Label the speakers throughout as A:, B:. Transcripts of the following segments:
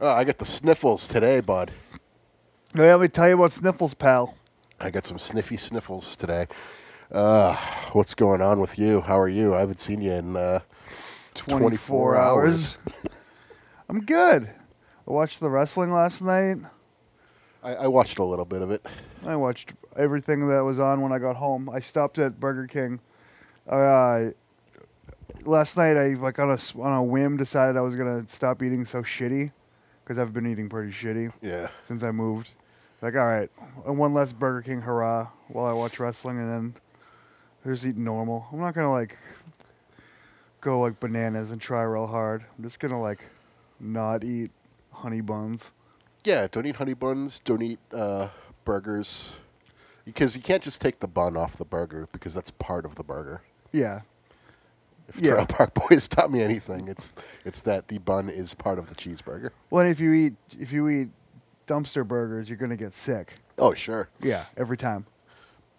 A: Oh, I got the sniffles today, bud.
B: Let me tell you about sniffles, pal.
A: I got some sniffy sniffles today. Uh, what's going on with you? How are you? I haven't seen you in uh,
B: 24, hours. I'm good. I watched the wrestling last night.
A: I, I watched a little bit of it.
B: I watched everything that was on when I got home. I stopped at Burger King. Uh, last night, I like on a s- on a whim decided I was gonna stop eating so shitty because I've been eating pretty shitty
A: Yeah.
B: since I moved. Like, all right, uh, one less Burger King hurrah while I watch wrestling, and then I just eat normal. I'm not gonna like go like bananas and try real hard. I'm just gonna like not eat honey buns.
A: Yeah, don't eat honey buns. Don't eat uh, burgers. Because you can't just take the bun off the burger because that's part of the burger.
B: Yeah,
A: If
B: Yeah.
A: Trail Park Boys taught me anything, it's it's that the bun is part of the cheeseburger.
B: Well, and if you eat if you eat dumpster burgers, you're gonna get sick.
A: Oh, sure.
B: Yeah, every time.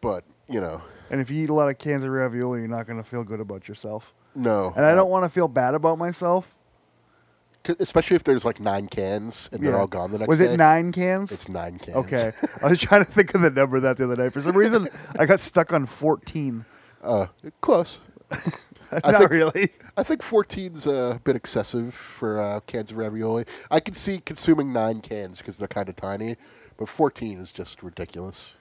A: But, you know,
B: And if you eat a lot of cans of ravioli, you're not gonna feel good about yourself.
A: no. Uh,
B: And I don't want to feel bad about myself.
A: C- Especially if there's like nine cans and
B: Yeah.
A: they're all gone the next
B: was
A: day.
B: it nine cans?
A: It's nine cans.
B: okay. I was trying to think of the number that the other night. For some reason, I got stuck on fourteen.
A: Uh, close. I
B: not
A: think-
B: really.
A: I think 14's a bit excessive for uh, cans of ravioli. I can see consuming nine cans because they're kind of tiny, but 14 is just ridiculous.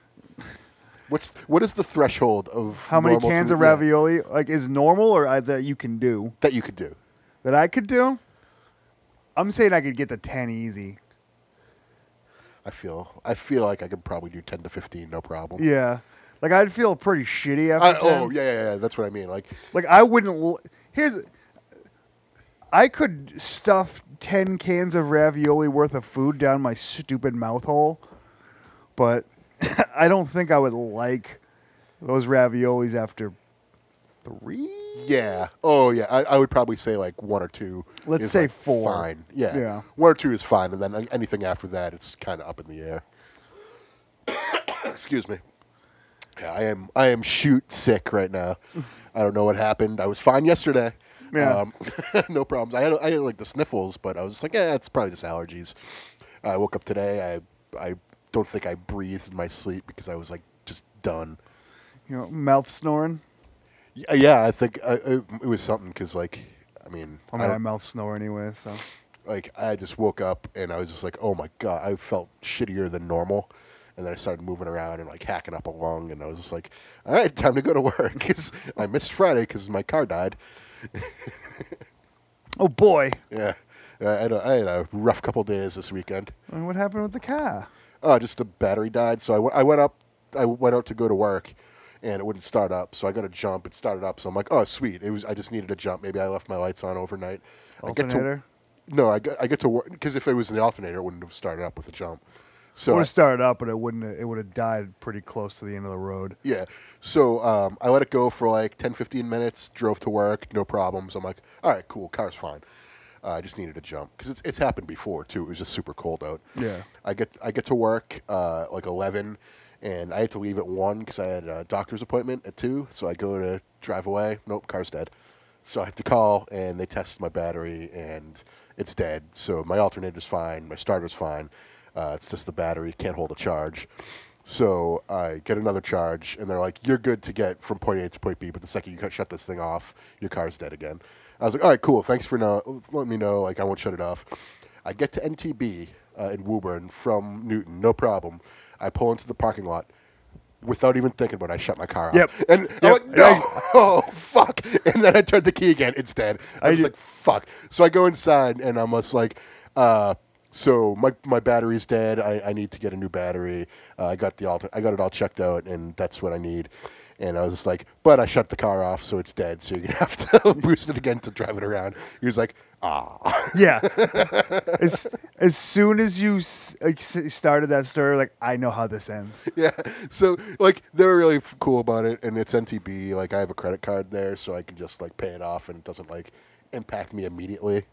A: What's what is the threshold of
B: How many
A: normal
B: cans
A: to-
B: of
A: yeah,
B: ravioli like is normal or I, that you can do
A: that you could do?
B: that I could do? I'm saying I could get to ten easy.
A: I feel I feel like I could probably do 10 to 15, no problem.
B: Yeah. Like I'd feel pretty shitty after.
A: I,
B: 10.
A: oh yeah, yeah, yeah, that's what I mean. Like
B: Like I wouldn't. l- Here's, I could stuff ten cans of ravioli worth of food down my stupid mouth hole, but I don't think I would like those raviolis after three.
A: yeah, oh yeah, I, I would probably say like one or two.
B: Let's
A: is,
B: say
A: like,
B: four.
A: Fine, yeah,
B: Yeah.
A: one or two is fine, and then uh, anything after that, it's kind of up in the air. Excuse me. Yeah, I am. I am shoot sick right now. I don't know what happened. I was fine yesterday. Um,
B: Yeah.
A: no problems. I had, I had like the sniffles, but I was like, yeah, it's probably just allergies. I woke up today. I I don't think I breathed in my sleep because I was like just done.
B: You know, mouth snoring.
A: Y- Yeah, I think uh, it, it was something because, like, I mean,
B: I
A: I
B: mean, Oh, I,
A: don't-
B: mouth snore anyway, so
A: like I just woke up and I was just like, oh my god, I felt shittier than normal, and then I started moving around and like hacking up a lung, and I was just like, all right, time to go to work because I missed Friday because my car died.
B: oh boy,
A: Yeah, I had, a, I had a rough couple days this weekend.
B: And what happened with the car?
A: Oh, just the battery died. So I went- I went up. I went out to go to work, and it wouldn't start up. So I got a jump. It started up. So I'm like, oh, sweet. It was. I just needed a jump. Maybe I left my lights on overnight. I get to
B: Alternator.
A: no. I get, I get to work because if it was an alternator, it wouldn't have started up with a jump. So
B: would
A: I-
B: have started up, but it wouldn't. It would have died pretty close to the end of the road.
A: yeah. So um, I let it go for like 10, 15 minutes. Drove to work. No problems. I'm like, all right, cool. Car's fine. Uh, I just needed a jump because it's it's happened before too. It was just super cold out.
B: Yeah.
A: I get I get to work uh, like eleven, and I had to leave at one because I had a doctor's appointment at two. So I go to drive away. Nope, car's dead. So I have to call, and they test my battery, and it's dead. So my alternator's fine, my starter's fine. Uh, it's just the battery can't hold a charge. So I get another charge, and they're like, "You're good to get from point A to point B, but the second you cut- shut this thing off, your car's dead again." I was like, "All right, cool. Thanks for no- letting me know. Like, I won't shut it off." I get to NTB uh, in Woburn from Newton, no problem. I pull into the parking lot without even thinking about it. I shut my car off.
B: Yep.
A: And I'm
B: Yep.
A: like, no, oh, fuck. And then I turned the key again. It's dead. I
B: I
A: was
B: do-
A: like, fuck. So I go inside and I'm just like, uh, so my, my battery's dead. I, I need to get a new battery. Uh, I got the alter, I got it all checked out, and that's what I need. And I was just like, but I shut the car off, so it's dead. So you're gonna have to boost it again to drive it around. He was like, ah,
B: Yeah. as, as soon as you s- like, s- started that story, like I know how this ends.
A: yeah. So like they were really f- cool about it, and it's NTB. Like I have a credit card there, so I can just like pay it off, and it doesn't like impact me immediately.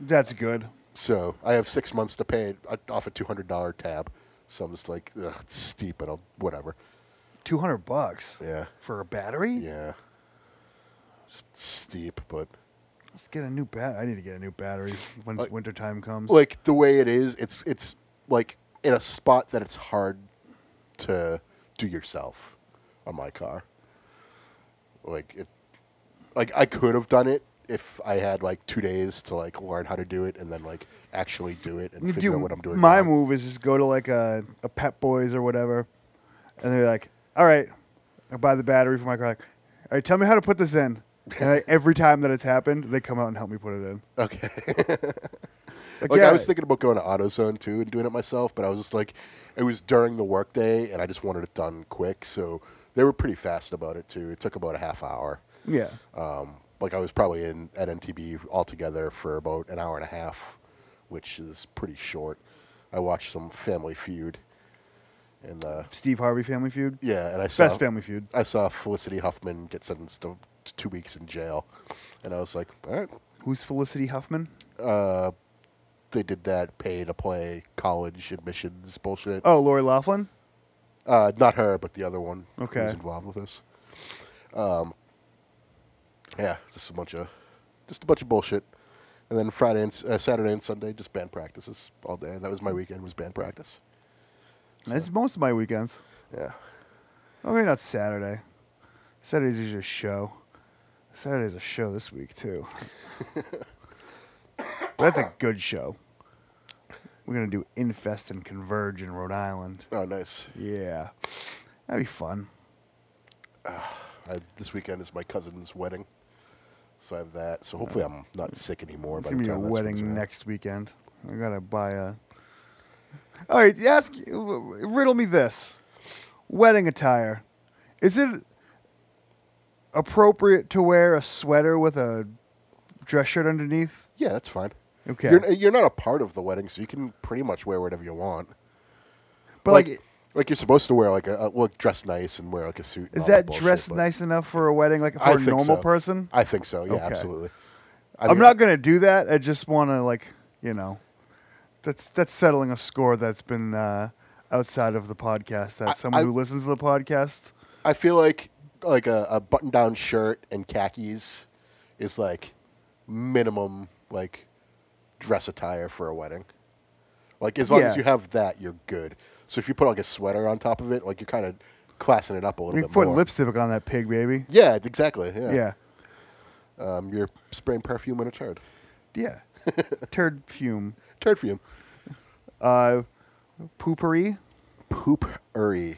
B: That's good.
A: So I have six months to pay it uh, off a two hundred dollar tab. So I'm just like, Ugh, it's steep, but I'll whatever.
B: Two hundred bucks
A: Yeah,
B: for a battery.
A: yeah. S- Steep, but
B: Let's get a new bat. I need to get a new battery when
A: Like-
B: winter time comes.
A: Like the way it is, it's it's like in a spot that it's hard to do yourself on my car. Like it, like I could have done it if I had like two days to like learn how to do it and then like actually do it and
B: You
A: figure
B: do-
A: out what I'm doing.
B: My
A: wrong.
B: move is just go to like a, a Pet Boys or whatever, and they're like, "All right, I buy the battery for my car. Like, All right, tell me how to put this in." And I, every time that it's happened, they come out and help me put it in.
A: Okay.
B: Like,
A: Like
B: yeah,
A: I was thinking about going to AutoZone too and doing it myself, but I was just like, it was during the workday, and I just wanted it done quick. So they were pretty fast about it too. It took about a half hour.
B: yeah.
A: Um, like I was probably in at NTB altogether for about an hour and a half, which is pretty short. I watched some Family Feud, and uh,
B: Steve Harvey Family Feud,
A: yeah, and I saw
B: best Family Feud.
A: I saw Felicity Huffman get sentenced to to two weeks in jail, and I was like, all right,
B: Who's Felicity Huffman?
A: uh, they did that pay to play college admissions bullshit.
B: Oh, Lori Laughlin.
A: Uh, not her, but the other one
B: Okay.
A: who's involved with this. Um, yeah, just a bunch of just a bunch of bullshit. And then Friday and s- uh, Saturday and Sunday just band practices all day. That was my weekend was band practice.
B: That's most of my weekends.
A: Yeah.
B: Oh, maybe not Saturday. Saturday's usually a show. Saturday's a show this week too. That's a good show. We're gonna do Infest and Converge in Rhode Island.
A: Oh, nice.
B: Yeah, that'd be fun.
A: I, this weekend is my cousin's wedding, so I have that. So hopefully I'm not sick anymore.
B: Uh, It's
A: by
B: gonna
A: the
B: be a
A: time that swings
B: wedding
A: around.
B: next weekend. I gotta buy a. All right, ask riddle me this: wedding attire, is it appropriate to wear a sweater with a dress shirt underneath?
A: Yeah, that's fine.
B: Okay,
A: You're, you're not a part of the wedding, so you can pretty much wear whatever you want.
B: but like,
A: Like you're supposed to wear like a, a look dress nice and wear like a suit. and
B: is
A: all
B: that
A: oh, bullshit,
B: dress
A: but
B: nice enough for a wedding? Like
A: I
B: for a
A: think so.
B: normal person?
A: I think so. Yeah,
B: Okay.
A: absolutely. I
B: I
A: mean,
B: am not gonna do that. I just want to like, you know, that's that's settling a score that's been uh, outside of the podcast. That
A: I-
B: someone
A: I-
B: who listens to the podcast.
A: I feel like like a, a button-down shirt and khakis is like minimum like dress attire for a wedding. Like as long as
B: Yeah.
A: you have that, you're good. So if you put like a sweater on top of it, like you're kind of classing it up a little
B: We
A: bit
B: put
A: more.
B: lipstick on that pig, baby.
A: yeah, exactly. Yeah.
B: Yeah.
A: Um, you're spraying perfume in a turd.
B: Yeah. Turd fume.
A: Turd fume.
B: Uh, poopery.
A: Poopery.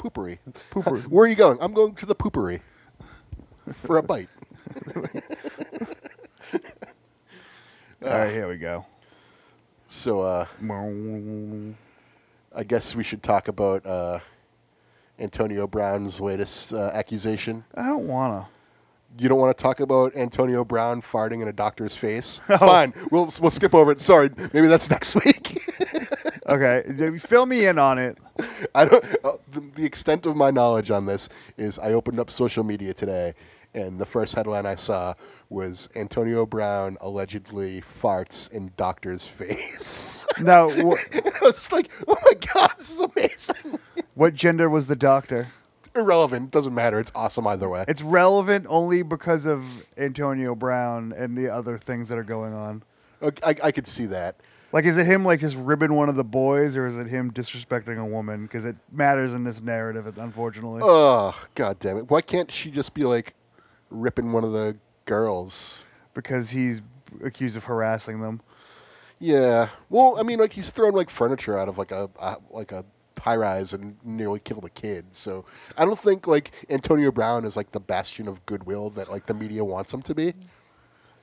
A: Poopery.
B: Pooper.
A: Where are you going? I'm going to the poopery for a bite.
B: All right, here we go.
A: So uh, I guess we should talk about uh, Antonio Brown's latest uh, accusation.
B: I don't wanna.
A: You don't want to talk about Antonio Brown farting in a doctor's face?
B: No.
A: Fine, we'll we'll skip over it. Sorry, maybe that's next week.
B: Okay, d- fill me in on it.
A: I don't. Uh, the, the extent of my knowledge on this is I opened up social media today, and the first headline I saw was Antonio Brown allegedly farts in doctor's face.
B: Now, wh-
A: I was like, oh my god, this is amazing.
B: what gender was the doctor?
A: Irrelevant, doesn't matter. It's awesome either way.
B: It's relevant only because of Antonio Brown and the other things that are going on.
A: Okay, I, I could see that.
B: Like, is it him like just ribbing one of the boys, or is it him disrespecting a woman? Because it matters in this narrative, unfortunately.
A: Oh god damn it! Why can't she just be like ripping one of the girls?
B: because he's accused of harassing them.
A: Yeah. Well, I mean, like he's thrown like furniture out of like a, a like a high rise and nearly killed a kid. So I don't think like Antonio Brown is like the bastion of goodwill that like the media wants him to be.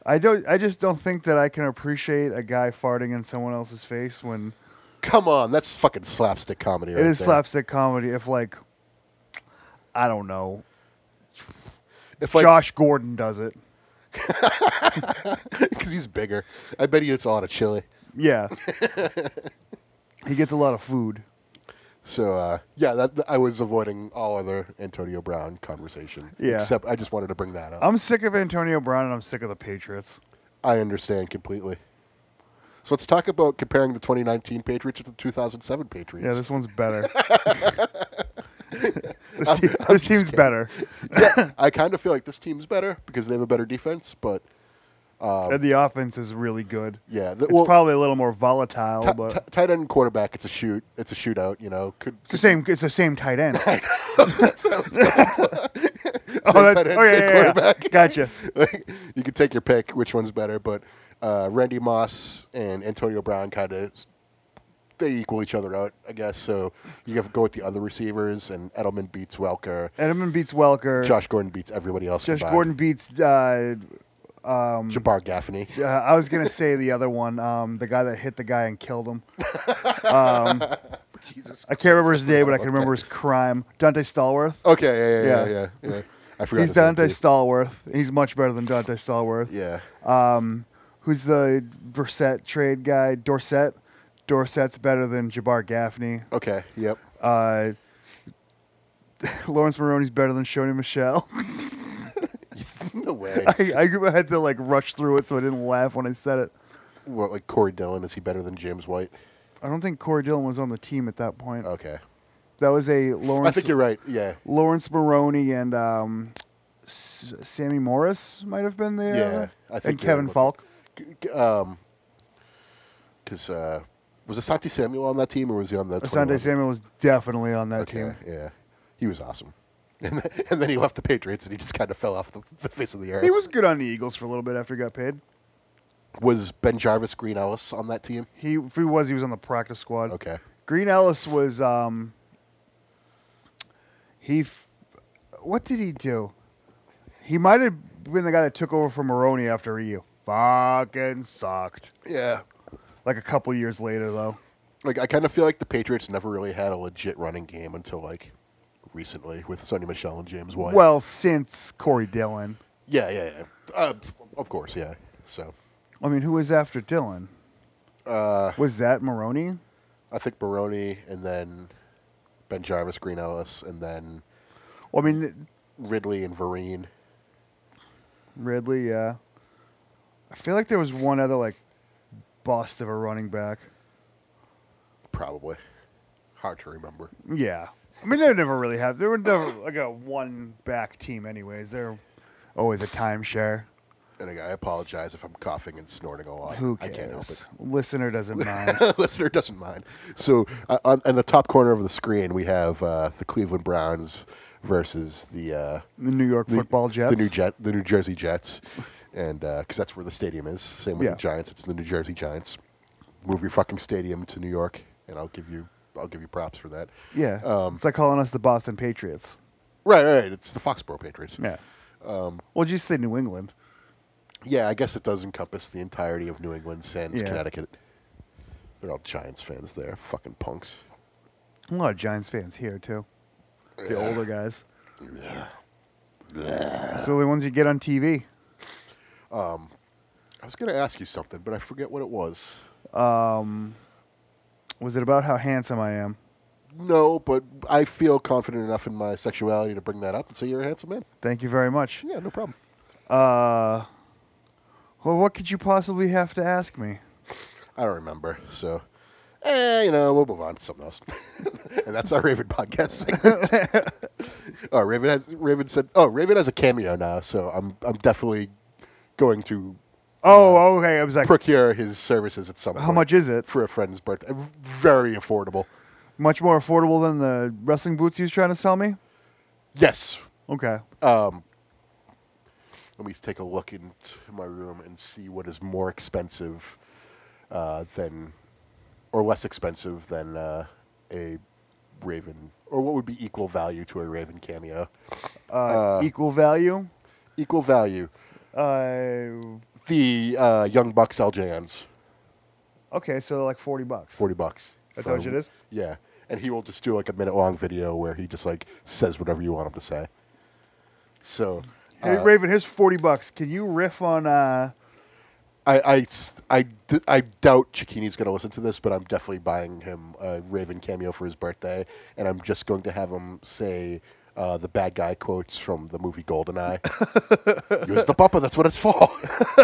B: I don't. I just don't think that I can appreciate a guy farting in someone else's face when
A: Come on, that's fucking slapstick comedy.
B: it
A: right
B: is
A: there.
B: slapstick comedy. If like, I don't know,
A: If like
B: Josh Gordon does it.
A: because he's bigger, I bet he gets a lot of chili.
B: Yeah, he gets a lot of food.
A: So uh, yeah, that, I was avoiding all other Antonio Brown conversation.
B: Yeah.
A: Except I just wanted to bring that up.
B: I'm sick of Antonio Brown and I'm sick of the Patriots.
A: I understand completely. So let's talk about comparing the 2019 Patriots with the 2007 Patriots.
B: Yeah, this one's better. this
A: I'm-
B: te-
A: I'm
B: this
A: just
B: team's
A: kidding.
B: better.
A: yeah, I kind of feel like this team's better because they have a better defense, but Um,
B: and the offense is really good.
A: yeah, the,
B: It's
A: well,
B: probably a little more volatile,
A: ti-
B: but
A: ti- tight end and quarterback. It's a shoot. It's a shootout. You know, could
B: it's the same. It's the same tight end. oh,
A: same
B: that-
A: tight end, same
B: oh, yeah, yeah, yeah.
A: quarterback.
B: Gotcha.
A: Like, you could take your pick, which one's better. But uh, Randy Moss and Antonio Brown kind of they equal each other out, I guess. So you have to go with the other receivers, and Edelman beats Welker.
B: Edelman beats Welker.
A: Josh Gordon beats everybody else.
B: Josh
A: combined.
B: Gordon beats. Uh, um,
A: Jabbar Gaffney.
B: uh, I was gonna say the other one, um, the guy that hit the guy and killed him. Um,
A: Jesus.
B: I can't remember his name, but I
A: Okay.
B: can remember his crime. Dante Stallworth.
A: Okay, yeah, yeah, yeah,
B: Yeah.
A: yeah. yeah. I Oh, forgot.
B: He's
A: his name,
B: Dante
A: too.
B: Stallworth. He's much better than Dante Stallworth.
A: Yeah.
B: Um, who's the Brissett trade guy? Dorset. Dorset's better than Jabbar Gaffney.
A: Okay. Yep.
B: Uh, Lawrence Maroney's better than Shoni Michelle.
A: no way.
B: I, I had to like rush through it so I didn't laugh when I said it.
A: What, like Corey Dillon is he better than James White?
B: I don't think Corey Dillon was on the team at that point.
A: Okay.
B: That was a Lawrence.
A: I think you're right. Yeah.
B: Lawrence Maroney and um, S- Sammy Morris might have been there.
A: Yeah, I
B: and
A: think you're
B: Kevin
A: looking-
B: Falk.
A: G- g- Um. Because uh, was Asante Samuel on that team or was he on the?
B: Asante
A: 21?
B: Samuel was definitely on that
A: Okay,
B: team.
A: Yeah. He was awesome. And then, and then he left the Patriots and he just kind of fell off the, the face of the earth.
B: He was good on the Eagles for a little bit after he got paid.
A: Was Ben Jarvis Green Ellis on that team?
B: He, if he was, he was on the practice squad.
A: Okay.
B: Green Ellis was um he f- what did he do? He might have been the guy that took over for Maroney after he fucking sucked.
A: Yeah.
B: Like a couple years later though.
A: Like I kind of feel like the Patriots never really had a legit running game until like recently with Sonny Michelle and James White.
B: Well, since Corey Dillon.
A: Yeah, yeah, yeah. Uh, of course, yeah. So,
B: I mean, who was after Dillon?
A: uh,
B: Was that Maroney?
A: I think Baroni and then Ben Jarvis, Green Ellis, and then
B: Well, I mean,
A: Ridley and Vereen.
B: Ridley, yeah. I feel like there was one other like bust of a running back.
A: Probably hard to remember.
B: Yeah. I mean, they never really have. They were never like a one back team, anyways. They're always a timeshare.
A: And I apologize if I'm coughing and snorting a lot.
B: Who
A: I
B: cares?
A: can't help it.
B: Listener doesn't mind.
A: listener doesn't mind. So, uh, on, in the top corner of the screen, we have uh, the Cleveland Browns versus the uh,
B: The New York
A: the-
B: football Jets.
A: the New Jet, the New Jersey Jets, and because that's where the stadium is. Same with
B: Yeah.
A: the Giants; it's the New Jersey Giants. Move your fucking stadium to New York, and I'll give you, I'll give you props for that.
B: yeah.
A: Um,
B: it's like calling us the Boston Patriots.
A: Right, right. It's the Foxborough Patriots.
B: Yeah.
A: Um,
B: well, did you say New England?
A: Yeah, I guess it does encompass the entirety of New England, Sands,
B: Yeah.
A: Connecticut. They're all Giants fans there. Fucking punks.
B: A lot of Giants fans here, too. The
A: Yeah.
B: older guys.
A: Yeah.
B: It's the only ones you get on TV.
A: Um, I was going to ask you something, but I forget what it was.
B: Um, was it about how handsome I am?
A: No, but I feel confident enough in my sexuality to bring that up and say you're a handsome man.
B: Thank you very much.
A: Yeah, no problem.
B: Uh, well, what could you possibly have to ask me?
A: I don't remember, so eh, you know, we'll move on to something else. and that's our Raven podcast segment. oh, Raven has Raven said, "Oh, Raven has a cameo now, so I'm I'm definitely going to
B: Oh, okay. I was like,
A: procure his services at some point."
B: How much is it?
A: for a friend's birthday? Very affordable.
B: Much more affordable than the wrestling boots he was trying to sell me?
A: Yes,
B: Okay.
A: Um, let me take a look into my room and see what is more expensive uh, than, or less expensive than uh, a Raven, or what would be equal value to a Raven cameo?
B: Uh,
A: Uh,
B: equal value?
A: Equal value.
B: Uh,
A: The uh, Young Bucks LJNs,
B: okay, so like 40 bucks.
A: forty bucks.
B: That's
A: for-
B: how much it is?
A: Yeah, and he will just do like a minute long video where he just like says whatever you want him to say. So.
B: Hey,
A: uh,
B: Raven, here's 40 bucks. Can you riff on. Uh,
A: I, I s- I d- I doubt Chikini's going to listen to this, but I'm definitely buying him a Raven cameo for his birthday, and I'm just going to have him say uh, the bad guy quotes from the movie Goldeneye. Use the papa, that's what it's for.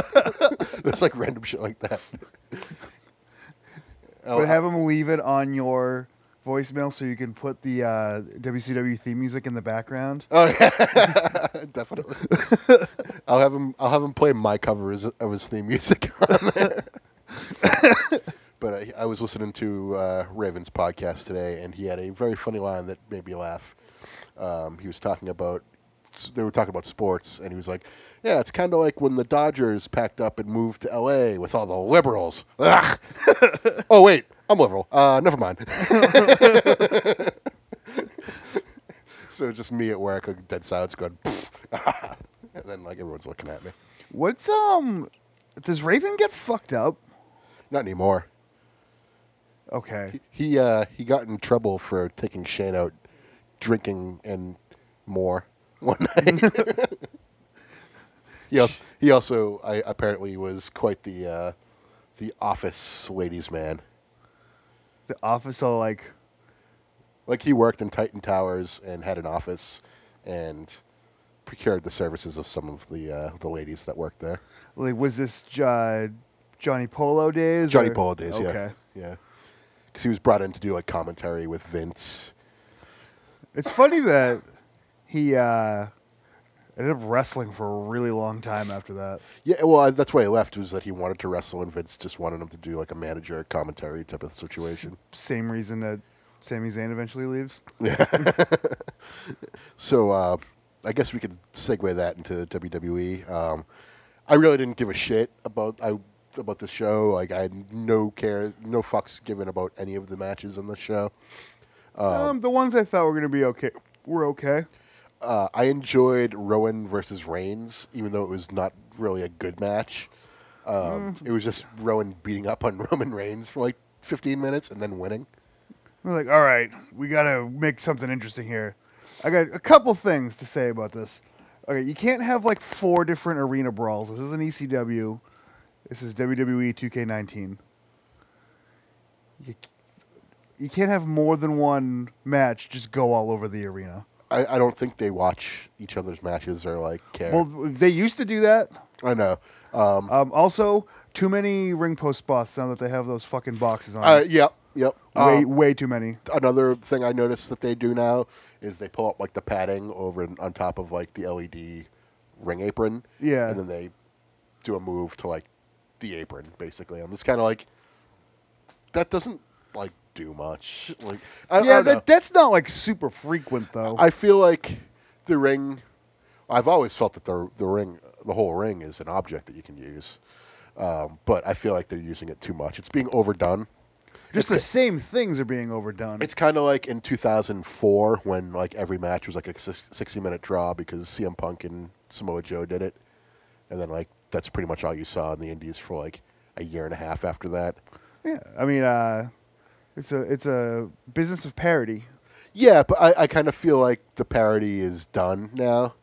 A: it's like random shit like that. Oh,
B: but have him leave it on your voicemail so you can put the uh, WCW theme music in the background?
A: Oh, yeah. definitely. I'll have him. I'll have him play my cover as- of his theme music. On there. but I, I was listening to uh, Raven's podcast today, and he had a very funny line that made me laugh. Um, he was talking about they were talking about sports, and he was like, "Yeah, it's kind of like when the Dodgers packed up and moved to L.A. with all the liberals." Ugh. oh wait, I'm liberal. Uh, never mind. so it's just me at work, like dead silence, going, "Pfft." and then like everyone's looking at me.
B: What's um? Does Raven get fucked up?
A: Not anymore.
B: Okay.
A: He uh, he got in trouble for taking Shane out drinking and more one night. he also, he also I, apparently was quite the uh, the office ladies man.
B: The office all like
A: Like he worked in Titan Towers and had an office and procured the services of some of the uh, the ladies that worked there.
B: like was this uh, Johnny Polo days?
A: Johnny
B: or-
A: Polo days, yeah.
B: Okay.
A: Yeah. Because he was brought in to do like commentary with Vince.
B: It's funny that he uh, ended up wrestling for a really long time after that.
A: Yeah, well, I, that's why he left was that he wanted to wrestle, and Vince just wanted him to do like a manager commentary type of situation.
B: Same reason that Sami Zayn eventually leaves.
A: Yeah. so uh, I guess we could segue that into WWE. Um, I really didn't give a shit about I about the show. Like I had no care, no fucks given about any of the matches on the show.
B: Um, the ones I thought were gonna be okay were okay.
A: uh, I enjoyed Rowan versus Reigns, even though it was not really a good match. Um, It was just Rowan beating up on Roman Reigns for like 15 minutes and then winning.
B: We're like, all right, we gotta make something interesting here. I got a couple things to say about this. Okay, you can't have like four different arena brawls. This is an ECW. This is E WWE 2K19. You, you can't have more than one match just go all over the arena.
A: I, I don't think they watch each other's matches or like care.
B: Well, they used to do that.
A: I know. Um,
B: Um, also, too many ring post spots now that they have those fucking boxes on.
A: uh,
B: it.
A: yep, yep.
B: way,
A: Um,
B: way too many.
A: another thing I noticed that they do now is they pull up like the padding over and on top of like the LED ring apron.
B: Yeah.
A: And then they do a move to like the apron basically. I'm just kind of like that doesn't like do much. Like I, I
B: yeah,
A: don't know.
B: that, that's not like super frequent though.
A: I feel like the ring. I've always felt that the the ring, the whole ring, is an object that you can use. Um, but I feel like they're using it too much. It's being overdone.
B: Just the
A: It's
B: same things are being overdone.
A: It's kind of like in 2004 when like every match was like a sis- 60 minute draw because CM Punk and Samoa Joe did it, and then like that's pretty much all you saw in the Indies for like a year and a half after that.
B: yeah, I mean, uh, it's a it's a business of parody.
A: Yeah, but I, I kind of feel like the parody is done now.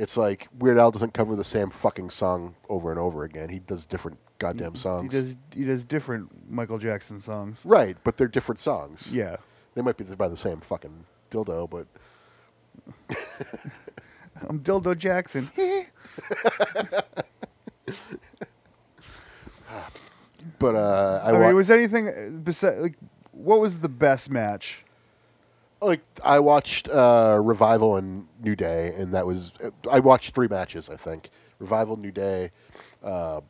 A: It's like Weird Al doesn't cover the same fucking song over and over again. He does different goddamn songs.
B: He does he does different Michael Jackson songs.
A: Right, but they're different songs.
B: Yeah,
A: They might be by the same fucking dildo, but
B: I'm Dildo Jackson.
A: but uh I,
B: I mean,
A: wa-
B: was anything besides like what was the best match?
A: like I watched uh Revival and New Day and that was I watched three matches, I think. Revival, New Day, uh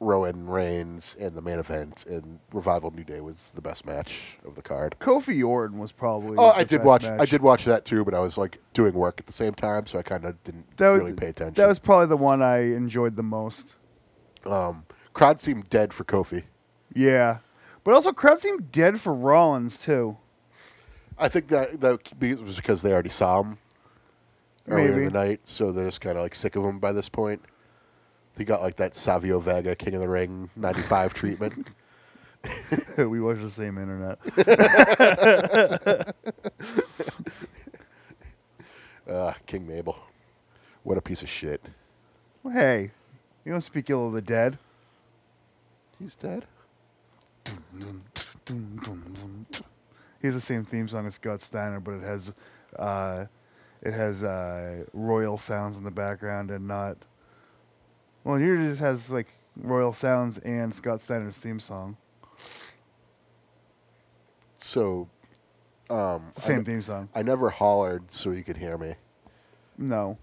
A: Rowan Reigns and the main event and Revival New Day was the best match of the card.
B: Kofi Orton was probably.
A: Oh,
B: the
A: I did
B: best
A: watch. I
B: match.
A: did watch that too, but I was like doing work at the same time, so I kind of didn't
B: That was-
A: really pay attention.
B: That was probably the one I enjoyed the most.
A: um, crowd seemed dead for Kofi.
B: Yeah, but also crowd seemed dead for Rollins too.
A: I think that that be- was because they already saw him earlier
B: Maybe.
A: in the night, so they're just kind of like sick of him by this point. They got like that Savio Vega King of the Ring '95 treatment.
B: we watch the same internet.
A: Uh, King Mabel, what a piece of shit.
B: Well, hey, you don't speak ill of the dead.
A: He's dead.
B: He has the same theme song as Scott Steiner, but it has, uh, it has uh, royal sounds in the background and not. Well, here it just has like royal sounds and Scott Steiner's theme song.
A: So, um,
B: It's the Same
A: I,
B: theme song.
A: I never hollered so you could hear me.
B: No.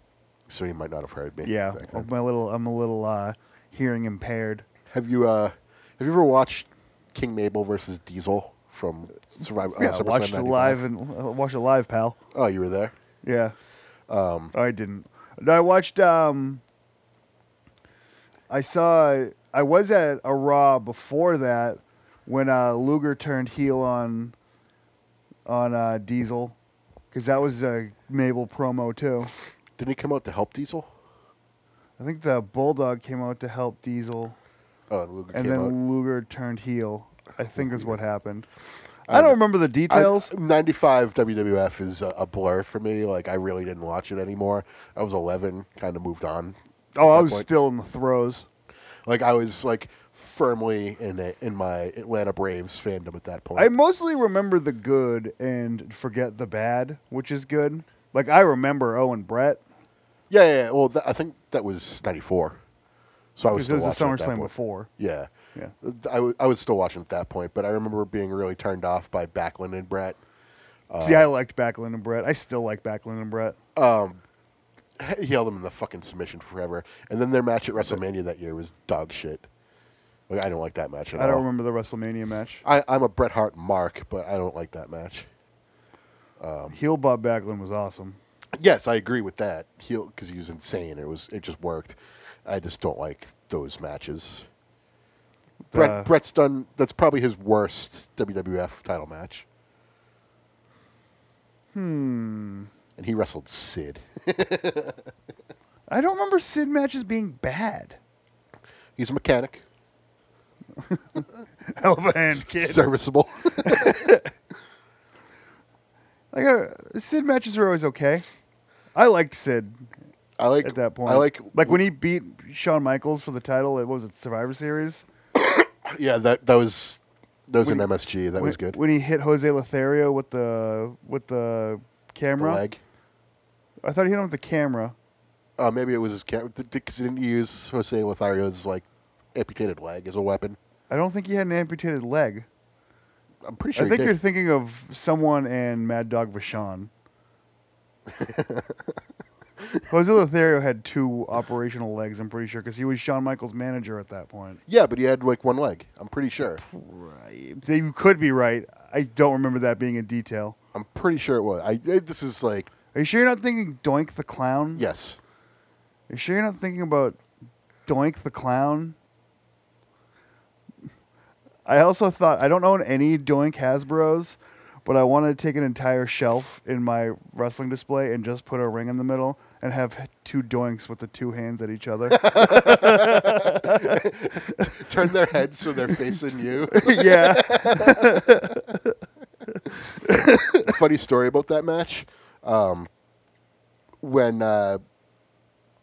A: so you might not have heard me.
B: Yeah,
A: back then.
B: my little I'm a little uh, hearing impaired.
A: Have you uh, have you ever watched King Mabel versus Diesel from Survivor? uh,
B: Yeah, I
A: SummerSlam
B: watched it
A: 95?
B: live and uh, watched it live, pal.
A: Oh, you were there.
B: Yeah, Oh,
A: Um,
B: I didn't. No, I watched. Um, I saw. I was at a Raw before that when uh, Luger turned heel on on uh, Diesel because that was a Mabel promo too.
A: didn't he come out to help Diesel?
B: I think the Bulldog came out to help Diesel,
A: Oh, and Luger
B: and
A: came
B: then
A: out. Mm-hmm.
B: Luger turned heel. I think is what happened.
A: I
B: I don't
A: d-
B: remember the details.
A: I- 95 WWF is a, a blur for me. Like, I really didn't watch it anymore. I was 11, kind of moved on.
B: oh, I
A: that
B: was
A: point.
B: still in the throes.
A: Like, I was like firmly in a, in my Atlanta Braves fandom at that point.
B: I mostly remember the good and forget the bad, which is good. Like I remember Owen Brett
A: yeah, yeah, yeah. Well, that, I think that was 94. So I was
B: because it
A: still
B: was a
A: watching at that
B: SummerSlam
A: point.
B: before.
A: Yeah.
B: Yeah,
A: I, w- I was still watching at that point, but I remember being really turned off by Backlund and Brett. Uh,
B: see, I liked Backlund and Brett. I still like Backlund and Brett.
A: Um, he held him in the fucking submission forever. And then their match at WrestleMania that year was dog shit. Like, I don't like that match at
B: I
A: all.
B: don't remember the WrestleMania match.
A: I, I'm a Bret Hart mark, but I don't like that match. Um,
B: Heel Bob Backlund was awesome.
A: yes, I agree with that. He because he was insane. It was it just worked. I just don't like those matches.
B: Uh,
A: Bret Bret's done. That's probably his worst WWF title match,
B: Hmm.
A: and he wrestled Sid.
B: I don't remember Sid matches being bad.
A: He's a mechanic,
B: Hell of a hand, kid.
A: serviceable.
B: Like uh, Sid matches are always okay. I liked Sid
A: I like
B: at that point.
A: I like
B: like when he beat Shawn Michaels for the title. It what was it Survivor Series.
A: Yeah, that that was that was
B: When
A: an
B: he-
A: MSG. That
B: when,
A: was good.
B: When he hit Jose Lothario with the with
A: The
B: the camera,
A: leg.
B: I thought he hit him with the camera.
A: Uh, maybe it was his camera because he didn't use Jose Lothario's like amputated leg as a weapon.
B: I don't think he had an amputated leg.
A: I'm pretty sure.
B: I
A: he
B: think
A: did.
B: you're thinking of someone and Mad Dog Vachon. Jose Lothario had two operational legs. I'm pretty sure because he was Shawn Michaels' manager at that point.
A: Yeah, but he had like one leg. I'm pretty sure.
B: Right. You could be right. I don't remember that being a detail.
A: I'm pretty sure it was. I I- this is like
B: Are you sure you're not thinking Doink the Clown?
A: yes.
B: Are you sure you're not thinking about Doink the Clown? I also thought I don't own any Doink Hasbro's, but I wanted to take an entire shelf in my wrestling display and just put a ring in the middle and have two Doinks with the two hands at each other.
A: Turn their heads so they're facing you.
B: yeah.
A: Funny story about that match. Um, when uh,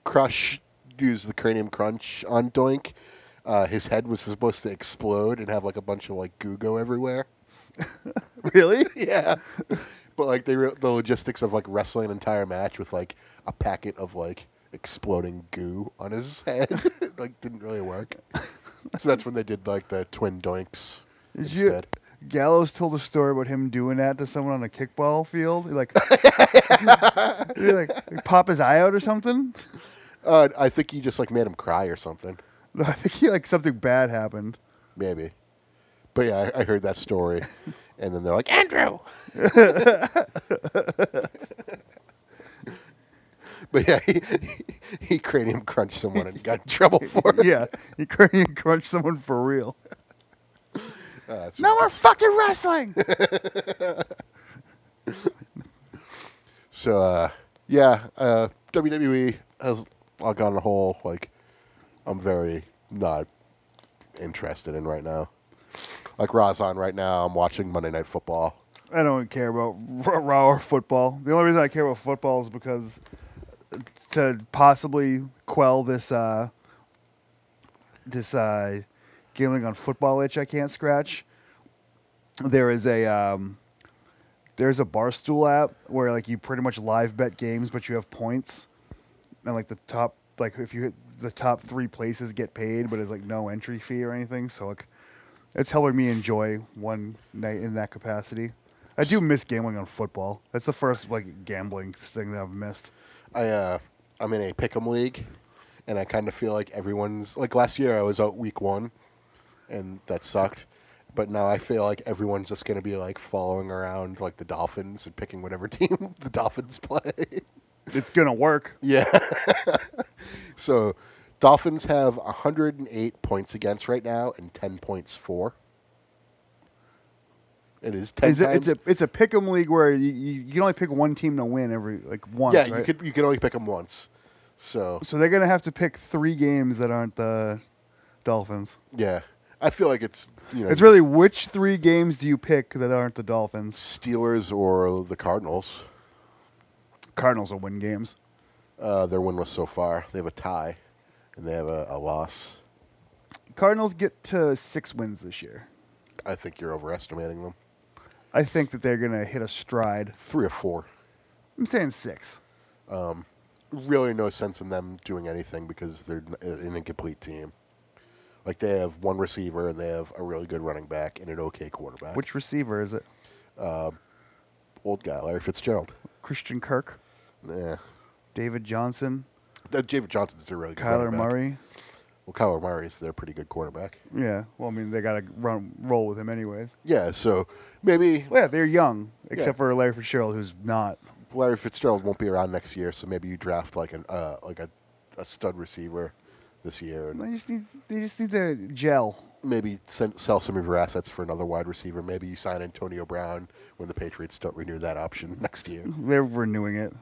A: Crush used the cranium crunch on Doink, uh, his head was supposed to explode and have like a bunch of like goo go everywhere.
B: Really?
A: yeah. But like they re- the logistics of like wrestling an entire match with like a packet of like exploding goo on his head like didn't really work. so that's when they did like the twin doinks
B: Did you-
A: instead.
B: Gallows told a story about him doing that to someone on a kickball field. He like, he like pop his eye out or something.
A: Uh, I think he just like made him cry or something,
B: No, I think he like something bad happened.
A: maybe. But yeah, I, I heard that story, and then they're like Andrew. but yeah, he, he, he cranium crunched someone and got in trouble for it.
B: yeah, you cranium crunch someone for real.
A: Uh, it's
B: No more
A: ridiculous.
B: fucking wrestling.
A: So uh, yeah, uh, WWE has like on the whole like I'm very not interested in right now. Like Raw's on right now. I'm watching Monday Night Football.
B: I don't care about r- Raw or football. The only reason I care about football is because to possibly quell this uh, this uh, gambling on football itch I can't scratch. There is a um, there's a barstool app where like you pretty much live bet games, but you have points, and like the top like if you hit the top three places get paid, but it's like no entry fee or anything. So like it's helping me enjoy one night in that capacity. I do miss gambling on football. That's the first like gambling thing that I've missed.
A: I uh, I'm in a pick'em league, and I kind of feel like everyone's like last year I was out week one, and that sucked. But now I feel like everyone's just going to be like following around like the Dolphins and picking whatever team the Dolphins play.
B: It's gonna work.
A: Yeah. so, Dolphins have 108 points against right now and 10 points for. It is 10
B: Is it,
A: times.
B: it's a it's a pick'em league where you, you, you can only pick one team to win every like once.
A: yeah, you
B: right?
A: could you could only pick them once. So
B: So they're gonna have to pick three games that aren't the Dolphins.
A: yeah, I feel like it's you know
B: It's really which three games do you pick that aren't the Dolphins?
A: Steelers or the Cardinals.
B: Cardinals will win games.
A: Uh, they're winless so far. They have a tie, and they have a, a loss.
B: Cardinals get to six wins this year.
A: I think you're overestimating them.
B: I think that they're gonna hit a stride.
A: Three or four.
B: I'm saying six.
A: Um, really, no sense in them doing anything because they're n- an incomplete team. Like they have one receiver and they have a really good running back and an okay quarterback.
B: Which receiver is it?
A: old guy, Larry Fitzgerald?
B: Christian Kirk,
A: Yeah, David
B: David Johnson,
A: David Johnson's a really good
B: Kyler
A: running back.
B: Murray.
A: Well, Kyler Murray's their pretty good quarterback.
B: Yeah. Well, I mean, they got to run roll with him anyways.
A: Yeah, so maybe
B: Well, yeah, they're young, except
A: Yeah.
B: for Larry Fitzgerald, who's not.
A: Larry Fitzgerald won't be around next year, so maybe you draft like an uh, like a, a stud receiver this year, and
B: They just need they just need to gel.
A: maybe send, sell some of your assets for another wide receiver. Maybe you sign Antonio Brown when the Patriots don't renew that option next year.
B: They're renewing it.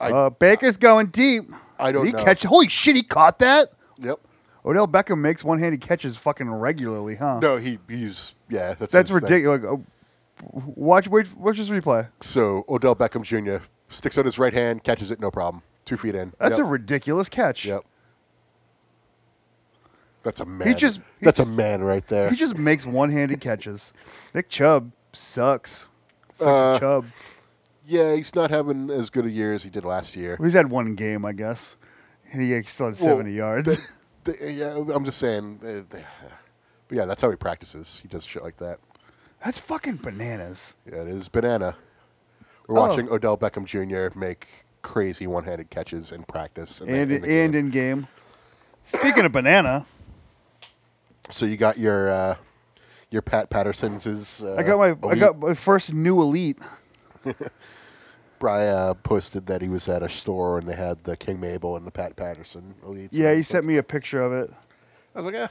A: I-
B: uh, Baker's going deep.
A: I don't
B: Did he
A: know.
B: catch? Holy shit! He caught that.
A: Yep.
B: Odell Beckham makes one-handed catches fucking regularly, huh?
A: No, he he's yeah. That's
B: that's
A: his thing.
B: ridiculous. Like, uh, watch, wait, watch this replay.
A: So Odell Beckham Jr. sticks out his right hand, catches it, no problem. Two feet in.
B: That's a
A: yep.
B: ridiculous catch.
A: yep. That's a man.
B: just- he
A: that's a man right there.
B: He just makes one-handed catches. Nick Chubb sucks. Sucks
A: Uh,
B: a Chubb.
A: yeah, he's not having as good a year as he did last year.
B: Well, he's had one game, I guess, and he still had
A: Well,
B: 70 yards.
A: Th- yeah, I'm just saying. uh, th- But yeah, that's how he practices. He does shit like that.
B: That's fucking bananas.
A: Yeah, it is banana. We're
B: Oh.
A: watching Odell Beckham Jr. make crazy one-handed catches in practice, and, then
B: And
A: in the
B: and
A: game.
B: in game. Speaking of banana,
A: so you got your uh, your Pat Patterson's. his, Uh,
B: I got my I
A: elite-
B: got my first new elite.
A: Bri uh, posted that he was at a store and they had the King Mabel and the Pat Patterson elites.
B: Yeah,
A: And
B: he sent me a picture of it,
A: I was like, yeah,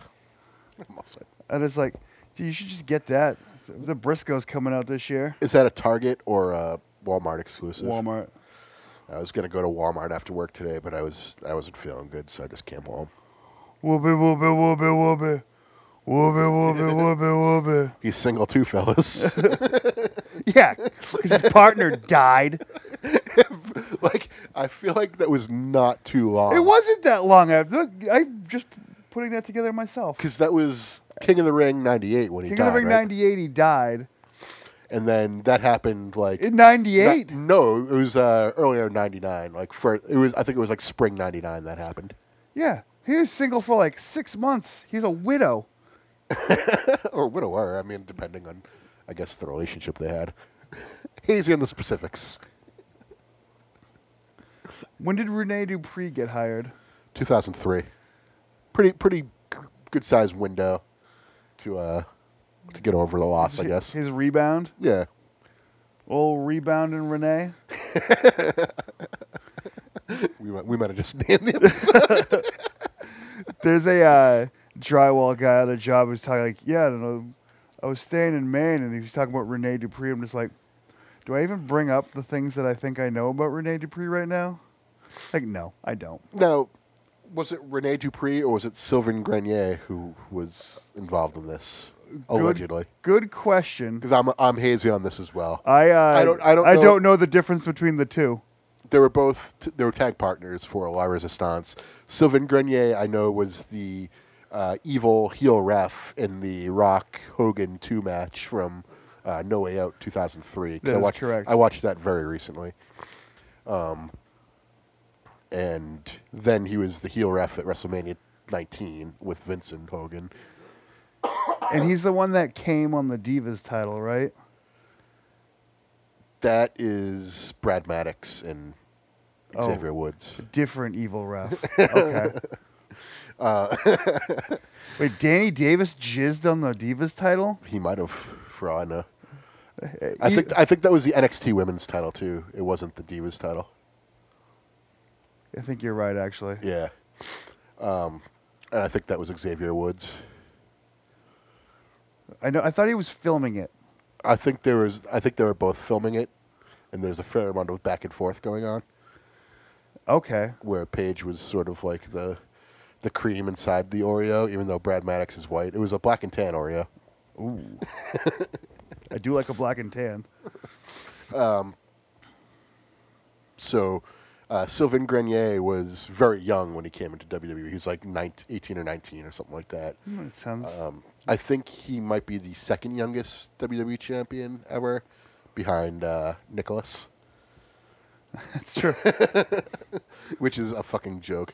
A: I'm all set.
B: and it's like, dude, you should just get that. The Briscoe's coming out this year.
A: Is that a Target or a Walmart exclusive?
B: Walmart.
A: I was gonna go to Walmart after work today, but I was I wasn't feeling good, so I just came home.
B: Whoopee whoopee whoopee whoopee. Whoopee whoopee whoopee whoopee.
A: He's single too, fellas.
B: Yeah, because his partner died.
A: like I feel like that was not too long.
B: It wasn't that long after. I'm just putting that together myself.
A: because that was King of the Ring '98 when he
B: King
A: died,
B: of the Ring
A: right?
B: '98, he died
A: and then that happened like
B: in '98.
A: Ni- no, it was uh, earlier '99. Like for it was, I think it was like spring '99 that happened.
B: Yeah, he was single for like six months. He's a widow.
A: or widower. I mean, depending on, I guess, the relationship they had. Hazy on the specifics.
B: When did Rene Dupree get hired?
A: 2003. Pretty pretty g- good sized window to uh to get over the loss, I
B: Hi-
A: guess.
B: His rebound,
A: Yeah.
B: old rebound and Rene.
A: We might, we might have just named the episode.
B: There's a uh, drywall guy at a job who's talking like, yeah, I don't know. I was staying in Maine and he was talking about Rene Dupree. I'm just like, do I even bring up the things that I think I know about Rene Dupree right now? Like, no, I don't.
A: Now, was it Rene Dupree or was it Sylvain Grenier who was involved in this? Allegedly.
B: Good question.
A: Because I'm, I'm hazy on this as well.
B: I uh,
A: I don't- I don't
B: I
A: know-
B: don't know the difference between the two.
A: they were both t- they were tag partners for La Resistance. Sylvain Grenier, I know, was the uh, evil heel ref in the Rock Hogan two match from uh, No Way Out 2003. 'cause
B: That
A: I
B: is
A: watched,
B: correct.
A: I watched that very recently. Um, and then he was the heel ref at WrestleMania 19 with Vincent Hogan.
B: And he's the one that came on the Divas title, right?
A: That is Brad Maddox and
B: Oh.
A: Xavier Woods.
B: Different evil ref. Okay.
A: Uh,
B: Wait, Danny Davis jizzed on the Divas title?
A: He might have, for all I know.
B: Eh,
A: I
B: you-
A: think I think that was the NXT Women's title too. It wasn't the Divas title.
B: I think you're right, actually.
A: Yeah, um, and I think that was Xavier Woods.
B: I know. I thought he was filming it.
A: I think there was. I think they were both filming it, and there's a fair amount of back and forth going on
B: Okay.
A: where Paige was sort of like the the cream inside the Oreo, even though Brad Maddox is white. It was a black and tan Oreo.
B: Ooh. I do like a black and tan.
A: So uh, Sylvain Grenier was very young when he came into WWE. He was like 19, 18 or 19 or something like that.
B: Hmm, It sounds.
A: Um, I think he might be the second youngest WWE champion ever, behind uh, Nicholas,
B: that's true.
A: which is a fucking joke.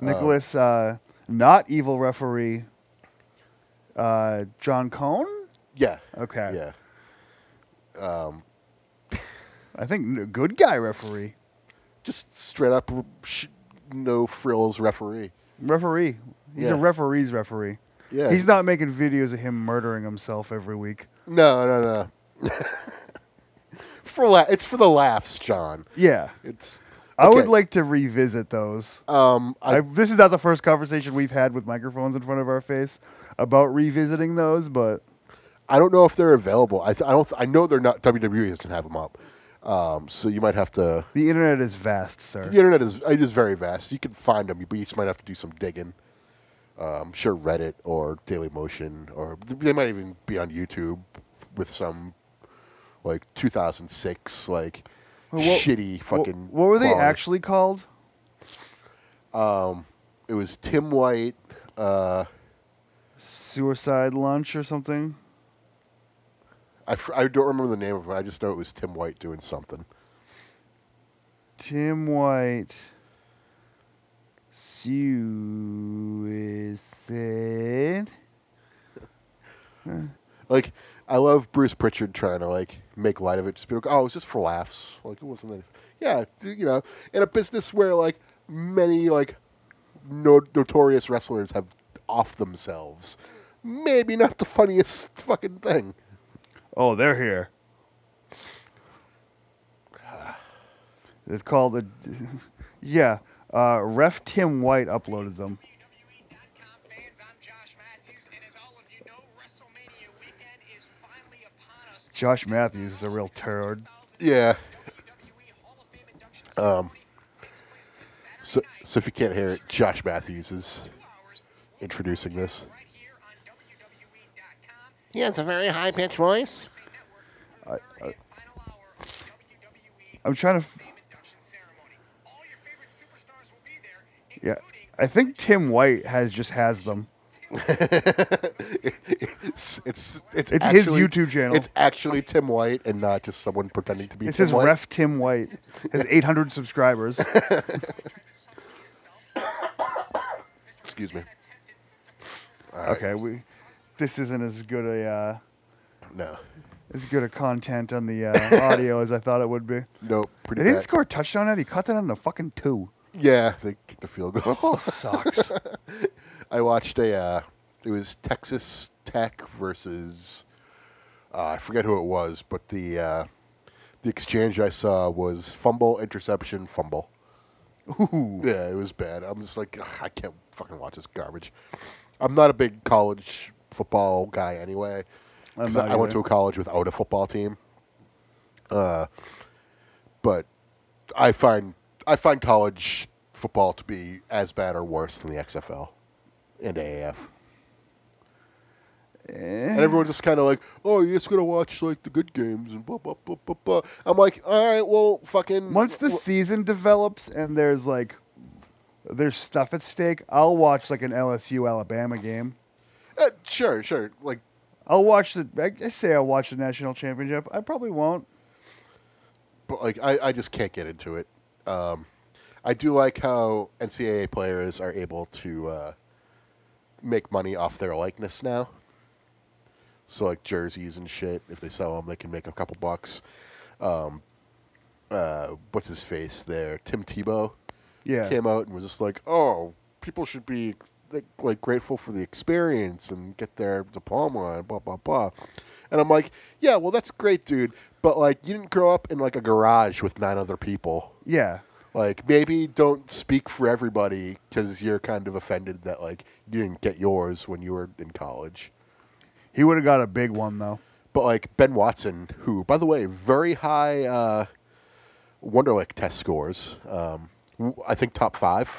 B: Nicholas, uh, not evil referee. Uh, John Cohn.
A: Yeah.
B: Okay.
A: Yeah.
B: I think n- good guy referee.
A: Just straight up, sh- no frills referee.
B: Referee. He's
A: Yeah.
B: a referee's referee.
A: Yeah.
B: He's not making videos of him murdering himself every week.
A: No, no, no. for la- it's for the laughs, John.
B: Yeah.
A: It's.
B: I would
A: okay.
B: like to revisit those.
A: Um,
B: I,
A: I,
B: this is not the first conversation we've had with microphones in front of our face about revisiting those, but
A: I don't know if they're available. I, th- I don't. Th- I know they're not. WWE doesn't have them up. Um, so you might have to.
B: the internet is vast, sir.
A: The internet is it is very vast. You can find them, but you just might have to do some digging. Uh, I'm sure Reddit or Daily Motion or they might even be on YouTube with some like 2006 like
B: Well, what-
A: shitty
B: Wh-
A: fucking.
B: What, were they
A: quality.
B: actually called?
A: Um, it was Tim White. Uh,
B: Suicide lunch or something?
A: I, fr- I don't remember the name of it. I just know it was Tim White doing something.
B: Tim White. Suicide.
A: Like, I love Bruce Pritchard trying to like make light of it. Just be like, oh, it's just for laughs. Like it wasn't. Anything. Yeah, d- you know, in a business where like many like no- notorious wrestlers have off themselves, maybe not the funniest fucking thing.
B: Oh, they're here. It's called the. Yeah. Uh, Ref Tim White uploaded them.
C: WWE.com E fans, I'm Josh Matthews, and as all of you know, WrestleMania weekend is finally upon us.
B: Josh Matthews is a real turd.
A: Yeah.
C: WWE E Hall of Fame induction
A: Um,
C: ceremony takes place this Saturday
A: So,
C: night,
A: so if you can't hear it, Josh Matthews is
C: two hours,
A: introducing this.
C: right here on E WWE.com,
A: He has a very high pitched voice.
C: USA Network, for the third and final hour of the WWE
B: I'm trying to.
C: Fame induction ceremony. All your favorite superstars will be there,
B: Yeah,
C: including
B: I think Tim White has just has them.
A: it's it's it's,
B: It's his
A: actually-
B: YouTube channel.
A: It's actually Tim White and not just someone pretending to be.
B: It
A: Tim
B: says
A: White.
B: Ref Tim White has 800 subscribers.
A: Excuse me.
B: Okay, we. This isn't as good a uh,
A: No.
B: as good a content on the uh, audio as I thought it would be.
A: Nope.
B: They
A: Pretty
B: didn't
A: bad.
B: score a touchdown at. He caught that on the fucking two.
A: Yeah, they kicked the field goal.
B: Oh, Sucks.
A: I watched a. Uh, it was Texas Tech versus. Uh, I forget who it was, but the uh, the exchange I saw was fumble, interception, fumble.
B: Ooh.
A: Yeah, it was bad. I'm just like, "Ugh, I can't fucking watch this garbage. I'm not a big college football guy anyway.
B: I'm
A: 'cause
B: not
A: I, I went to
B: either.
A: a college without a football team. Uh, but I find I find college football to be as bad or worse than the XFL and AAF. And
B: Eh.
A: everyone's just kind of like, "Oh, you're just gonna watch like the good games and blah blah blah blah blah." I'm like, "All right, well, fucking."
B: Eh. Once the
A: wh-
B: season develops and there's like there's stuff at stake, I'll watch like an LSU Alabama game.
A: uh, sure, sure, like
B: I'll watch the. I, I say I'll watch the national championship. I probably won't.
A: but like I, I just can't get into it. Um, I do like how NCAA players are able to uh, make money off their likeness now. So like jerseys and shit, if they sell them, they can make a couple bucks. Um, uh, what's his face there, Tim Tebow,
B: Yeah.
A: came out and was just like, "Oh, people should be like, like grateful for the experience and get their diploma and blah blah blah," and I'm like, "Yeah, well, that's great, dude, but like, you didn't grow up in like a garage with nine other people."
B: Yeah.
A: Like maybe don't speak for everybody because you're kind of offended that like you didn't get yours when you were in college.
B: He would have got a big one though.
A: But like Ben Watson, who by the way, very high uh, Wonderlic test scores. Um, w- I think top five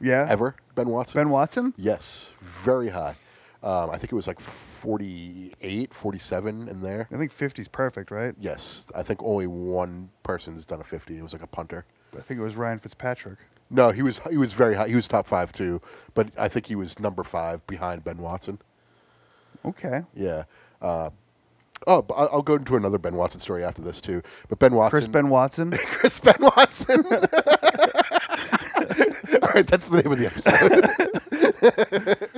B: Yeah.
A: ever. Ben Watson.
B: Ben Watson?
A: Yes, very high. Um, I think it was like 48, 47 in there.
B: I think 50's perfect, right?
A: Yes, I think only one person's done a 50. It was like a punter.
B: I think it was Ryan Fitzpatrick.
A: No, he was he was very high. He was top five too, but I think he was number five behind Ben Watson.
B: Okay.
A: Yeah. Uh, oh, but I- I'll go into another Ben Watson story after this too. But Ben Watson,
B: Chris Ben Watson.
A: Chris Ben Watson. All right, that's the name of the episode.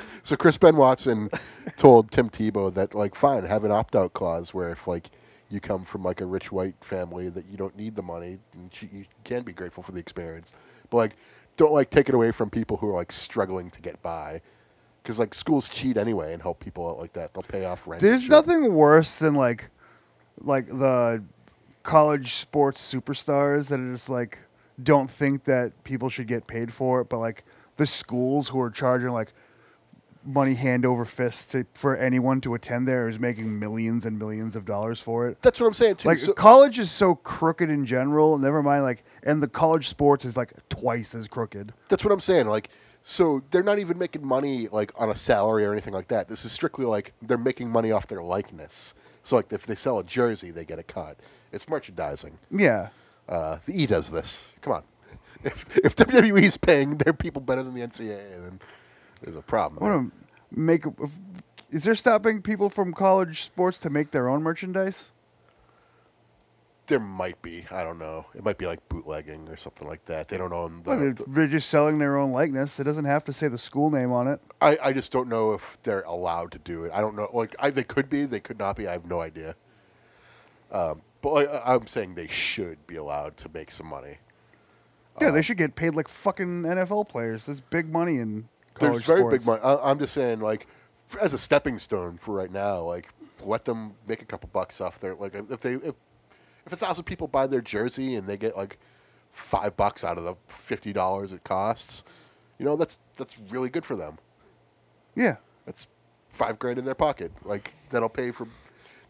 A: so Chris Ben Watson told Tim Tebow that like fine, have an opt out clause where if like you come from like a rich white family that you don't need the money and you- you can be grateful for the experience. But like don't like take it away from people who are like struggling to get by. Cuz like schools cheat anyway and help people out like that. They'll pay off rent. and
B: There's
A: shit.
B: nothing worse than like like the college sports superstars that are just like don't think that people should get paid for it, but like the schools who are charging like money hand over fist to, for anyone to attend there is making millions and millions of dollars for it.
A: That's what I'm saying too.
B: Like
A: So-
B: college is so crooked in general, never mind like and the college sports is like twice as crooked.
A: That's what I'm saying. Like, so they're not even making money like on a salary or anything like that. This is strictly like they're making money off their likeness. So like, if they sell a jersey, they get a cut. It's merchandising.
B: Yeah.
A: Uh, the E does this. Come on. If, if WWE's paying their people better than the NCAA, then there's a problem.
B: I
A: there.
B: want to make. Is there stopping people from college sports to make their own merchandise?
A: There might be. I don't know. It might be like bootlegging or something like that. They don't own the.
B: Well, they're, they're just selling their own likeness. It doesn't have to say the school name on it.
A: I, I just don't know if they're allowed to do it. I don't know. Like, I, they could be, they could not be. I have no idea. Um, but I, I'm saying they should be allowed to make some money.
B: Yeah,
A: Uh,
B: they should get paid like fucking NFL players. There's big money in
A: There's
B: college
A: very
B: sports.
A: big money. I, I'm just saying, like, f- as a stepping stone for right now, like, let them make a couple bucks off their like if they if, if a thousand people buy their jersey and they get like five bucks out of the fifty dollars it costs, you know that's that's really good for them.
B: Yeah,
A: that's five grand in their pocket. Like that'll pay for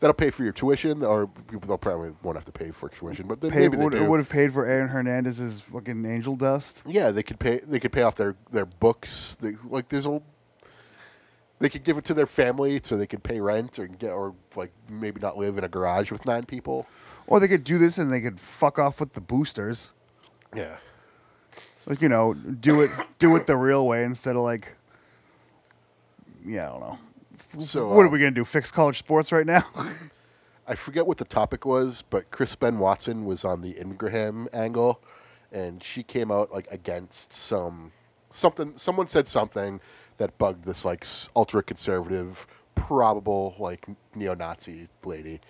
A: that'll pay for your tuition, or they'll probably won't have to pay for tuition, but they,
B: paid
A: maybe they
B: would,
A: do.
B: would have paid for Aaron Hernandez's fucking angel dust.
A: yeah, they could pay. They could pay off their their books. They, like there's old. They could give it to their family so they could pay rent or get or like maybe not live in a garage with nine people.
B: Or they could do this and they could fuck off with the boosters.
A: Yeah,
B: Like you know, do it do it the real way instead of like. Yeah, I don't know.
A: So,
B: what are
A: uh,
B: we gonna do? Fix college sports right now?
A: I forget what the topic was, but Chris Ben Watson was on the Ingraham angle, and she came out like against some something. Someone said something that bugged this like ultra conservative, probable like neo Nazi lady,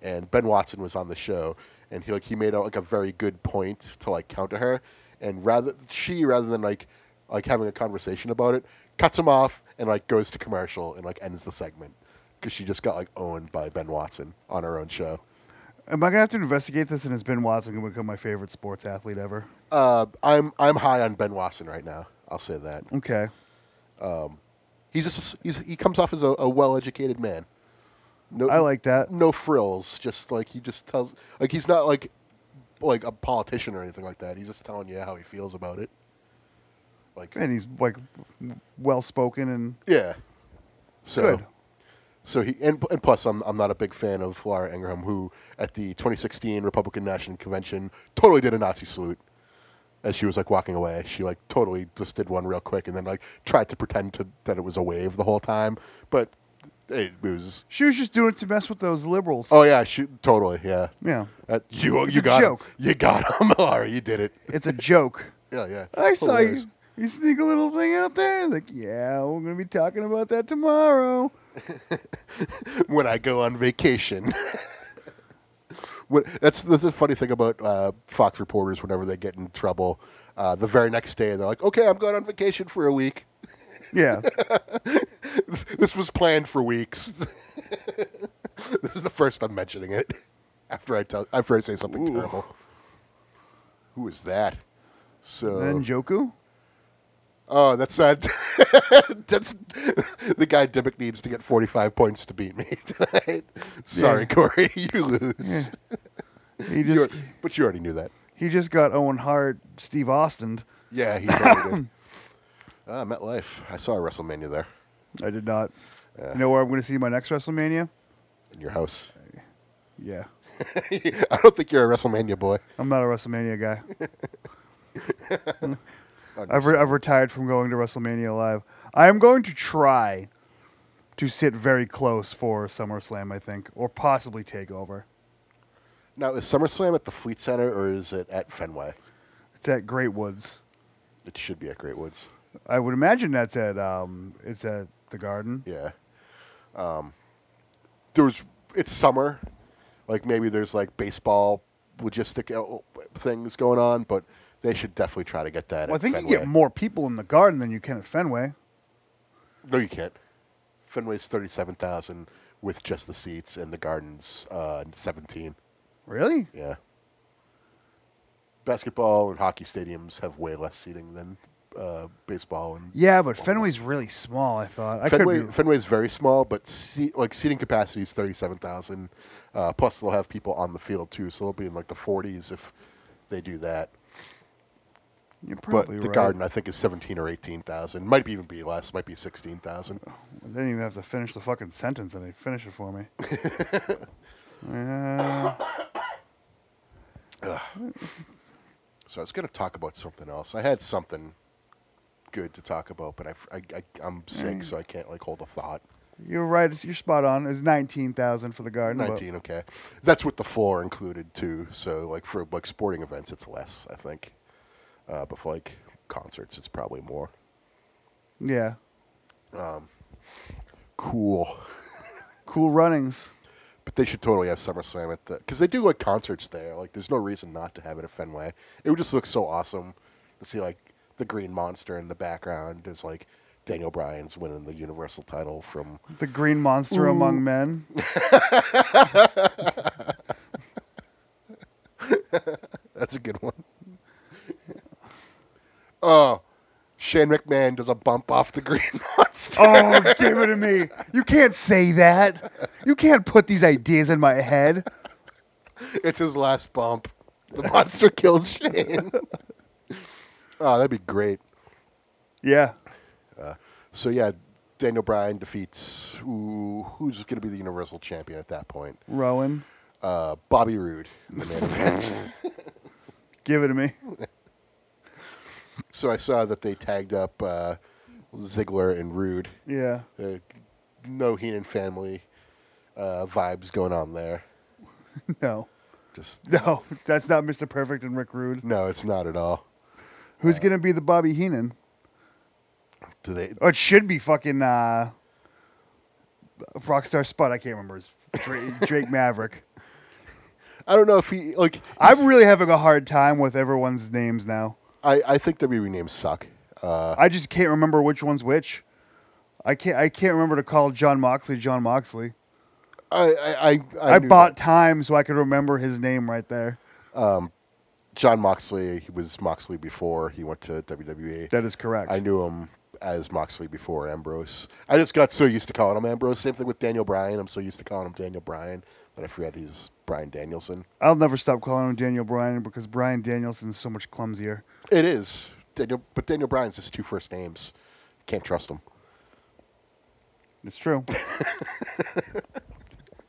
A: and Ben Watson was on the show, and he like he made out like a very good point to like counter her, and rather she rather than like like having a conversation about it, cuts him off and like goes to commercial and like ends the segment because she just got like owned by Ben Watson on her own show.
B: Am I gonna have to investigate this? And is Ben Watson gonna become my favorite sports athlete ever?
A: Uh, I'm I'm high on Ben Watson right now. I'll say that
B: Okay.
A: he's just he's, he comes off as a, a well-educated man. No,
B: I like that.
A: no frills. Just like he just tells like he's not like like a politician or anything like that. He's just telling you how he feels about it. Like
B: And he's like w- well spoken and
A: yeah, so.
B: good.
A: So he and, and plus I'm I'm not a big fan of Laura Ingraham who at the 2016 Republican National Convention totally did a Nazi salute as she was like walking away. She like totally just did one real quick and then like tried to pretend to that it was a wave the whole time, but it, was
B: She was just doing it to mess with those liberals.
A: oh yeah, she totally yeah.
B: Yeah.
A: Uh, you
B: It's
A: you
B: a
A: got
B: joke.
A: him. You got him, Laura. You did it.
B: It's a joke.
A: Yeah, yeah.
B: I saw
A: Hilarious.
B: you. You sneak a little thing out there. Like, yeah, we're gonna be talking about that tomorrow.
A: when I go on vacation. What- That's that's a funny thing about uh, Fox reporters. Whenever they get in trouble, uh, the very next day they're like, "Okay, I'm going on vacation for a week.
B: Yeah.
A: this was planned for weeks." this is the first I'm mentioning it after I tell after I say something
B: Ooh.
A: terrible. Who is that? So
B: and Joku?
A: Oh, that's not. that's the guy Dimmick needs to get 45 points to beat me tonight. Sorry,
B: Yeah.
A: Corey, you lose.
B: He
A: You
B: just
A: al- but you already knew that.
B: he just got Owen Hart, Steve Austin.
A: Yeah, he probably did. Ah, MetLife. I saw a WrestleMania there
B: I did not.
A: Yeah.
B: You know where I'm going to see my next WrestleMania?
A: in your house.
B: Yeah.
A: I don't think you're a WrestleMania boy.
B: I'm not a WrestleMania guy. I've, re- I've retired from going to WrestleMania live. I am going to try to sit very close for SummerSlam, I think, or possibly Takeover.
A: now, is SummerSlam at the Fleet Center or is it at Fenway?
B: It's at Great Woods.
A: It should be at Great Woods.
B: I would imagine that's at um, it's at the Garden.
A: Yeah. Um, there's it's summer, like maybe there's like baseball logistic uh, things going on, but they should definitely try to get that.
B: Well, I
A: at
B: think
A: Fenway.
B: you get more people in the Garden than you can at Fenway.
A: No, you can't. Fenway's thirty-seven thousand with just the seats, and the gardens uh, seventeen.
B: Really?
A: Yeah. Basketball and hockey stadiums have way less seating than uh, baseball and
B: Yeah, but Fenway's really small. I thought I
A: Fenway,
B: could be.
A: Fenway is very small, but seat, like seating capacity is thirty-seven thousand. Uh, plus, they'll have people on the field too, so they'll be in like the forties if they do that.
B: You're probably
A: but the
B: right.
A: Garden, I think, is seventeen or eighteen thousand. Might be even be less. Might be sixteen thousand.
B: I didn't even have to finish the fucking sentence, and they finished it for me. Uh,
A: So I was going to talk about something else. I had something good to talk about, but I, am
B: Mm.
A: sick, so I can't like hold a thought.
B: you're right. You're spot on. It's nineteen thousand for the garden. but-
A: Nineteen, okay. That's with the floor included too. So like for like sporting events, it's less, I think. Uh, but for like concerts, it's probably more.
B: yeah.
A: Um, cool.
B: Cool runnings.
A: But they should totally have SummerSlam at the because they do like concerts there. Like, there's no reason not to have it at Fenway. It would just look so awesome to see like the Green Monster in the background as like Daniel Bryan's winning the Universal title from.
B: The green monster
A: Ooh.
B: among men.
A: That's a good one. oh, Shane McMahon does a bump off the Green Monster.
B: Oh, give it to me. You can't say that. You can't put these ideas in my head.
A: It's his last bump. The monster kills Shane. oh, that'd be great.
B: Yeah.
A: So yeah, Daniel Bryan defeats ooh, who's going to be the Universal Champion at that point?
B: Rowan,
A: Uh, Bobby Roode. in the main event.
B: give it to me.
A: so I saw that they tagged up uh, Ziggler and Roode.
B: Yeah.
A: Uh, no Heenan family uh, vibes going on there.
B: No.
A: Just
B: No, that's not Mr. Perfect and Rick Rude.
A: no, it's not at all. Uh.
B: Who's going to be the Bobby Heenan?
A: Do they?
B: Oh, it should be fucking uh, Rockstar Spud. I can't remember. His, Drake, Drake Maverick.
A: I don't know if he like.
B: I'm really having a hard time with everyone's names now.
A: I I think WWE names suck. Uh,
B: I just can't remember which one's which. I can't. I can't remember to call John Moxley John Moxley.
A: I I I,
B: I,
A: knew
B: bought
A: that.
B: time so I could remember his name right there.
A: John Moxley. He was Moxley before he went to E. WWE.
B: That is correct.
A: I knew him as Moxley before Ambrose. I just got so used to calling him Ambrose. Same thing with Daniel Bryan. I'm so used to calling him Daniel Bryan that I forgot he's Brian Danielson.
B: I'll never stop calling him Daniel Bryan because Brian Danielson's so much clumsier.
A: It is Daniel, but Daniel Bryan's his two first names. Can't trust him.
B: It's true.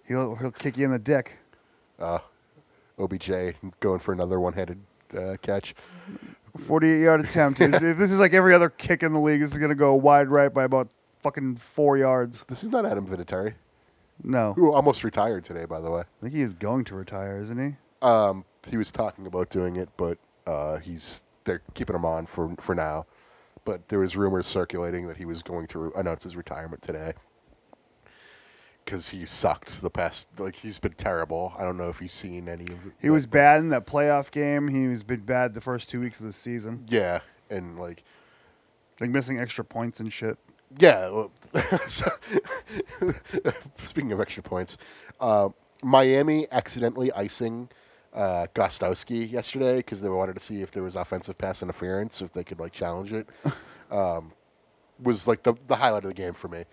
B: he'll he'll kick you in the dick.
A: OBJ going for another one-handed uh, catch.
B: 48 yard attempt. Is, if this is like every other kick in the league, this is going to go wide right by about fucking four yards.
A: This is not Adam Vinatieri,
B: No.
A: who almost retired today, by the way.
B: I think he is going to retire, isn't he?
A: Um, he was talking about doing it, but uh, he's they're keeping him on for for now. But there was rumors circulating that he was going to announce his retirement today. because he sucked the past. Like he's been terrible. I don't know if you've seen any of.
B: He
A: the-
B: was bad in that playoff game. He was been bad the first two weeks of the season,
A: Yeah, and like
B: like missing extra points and shit.
A: yeah. well, so- speaking of extra points, uh, Miami accidentally icing uh, Gostowski yesterday because they wanted to see if there was offensive pass interference if they could like challenge it. Um, was like the the highlight of the game for me.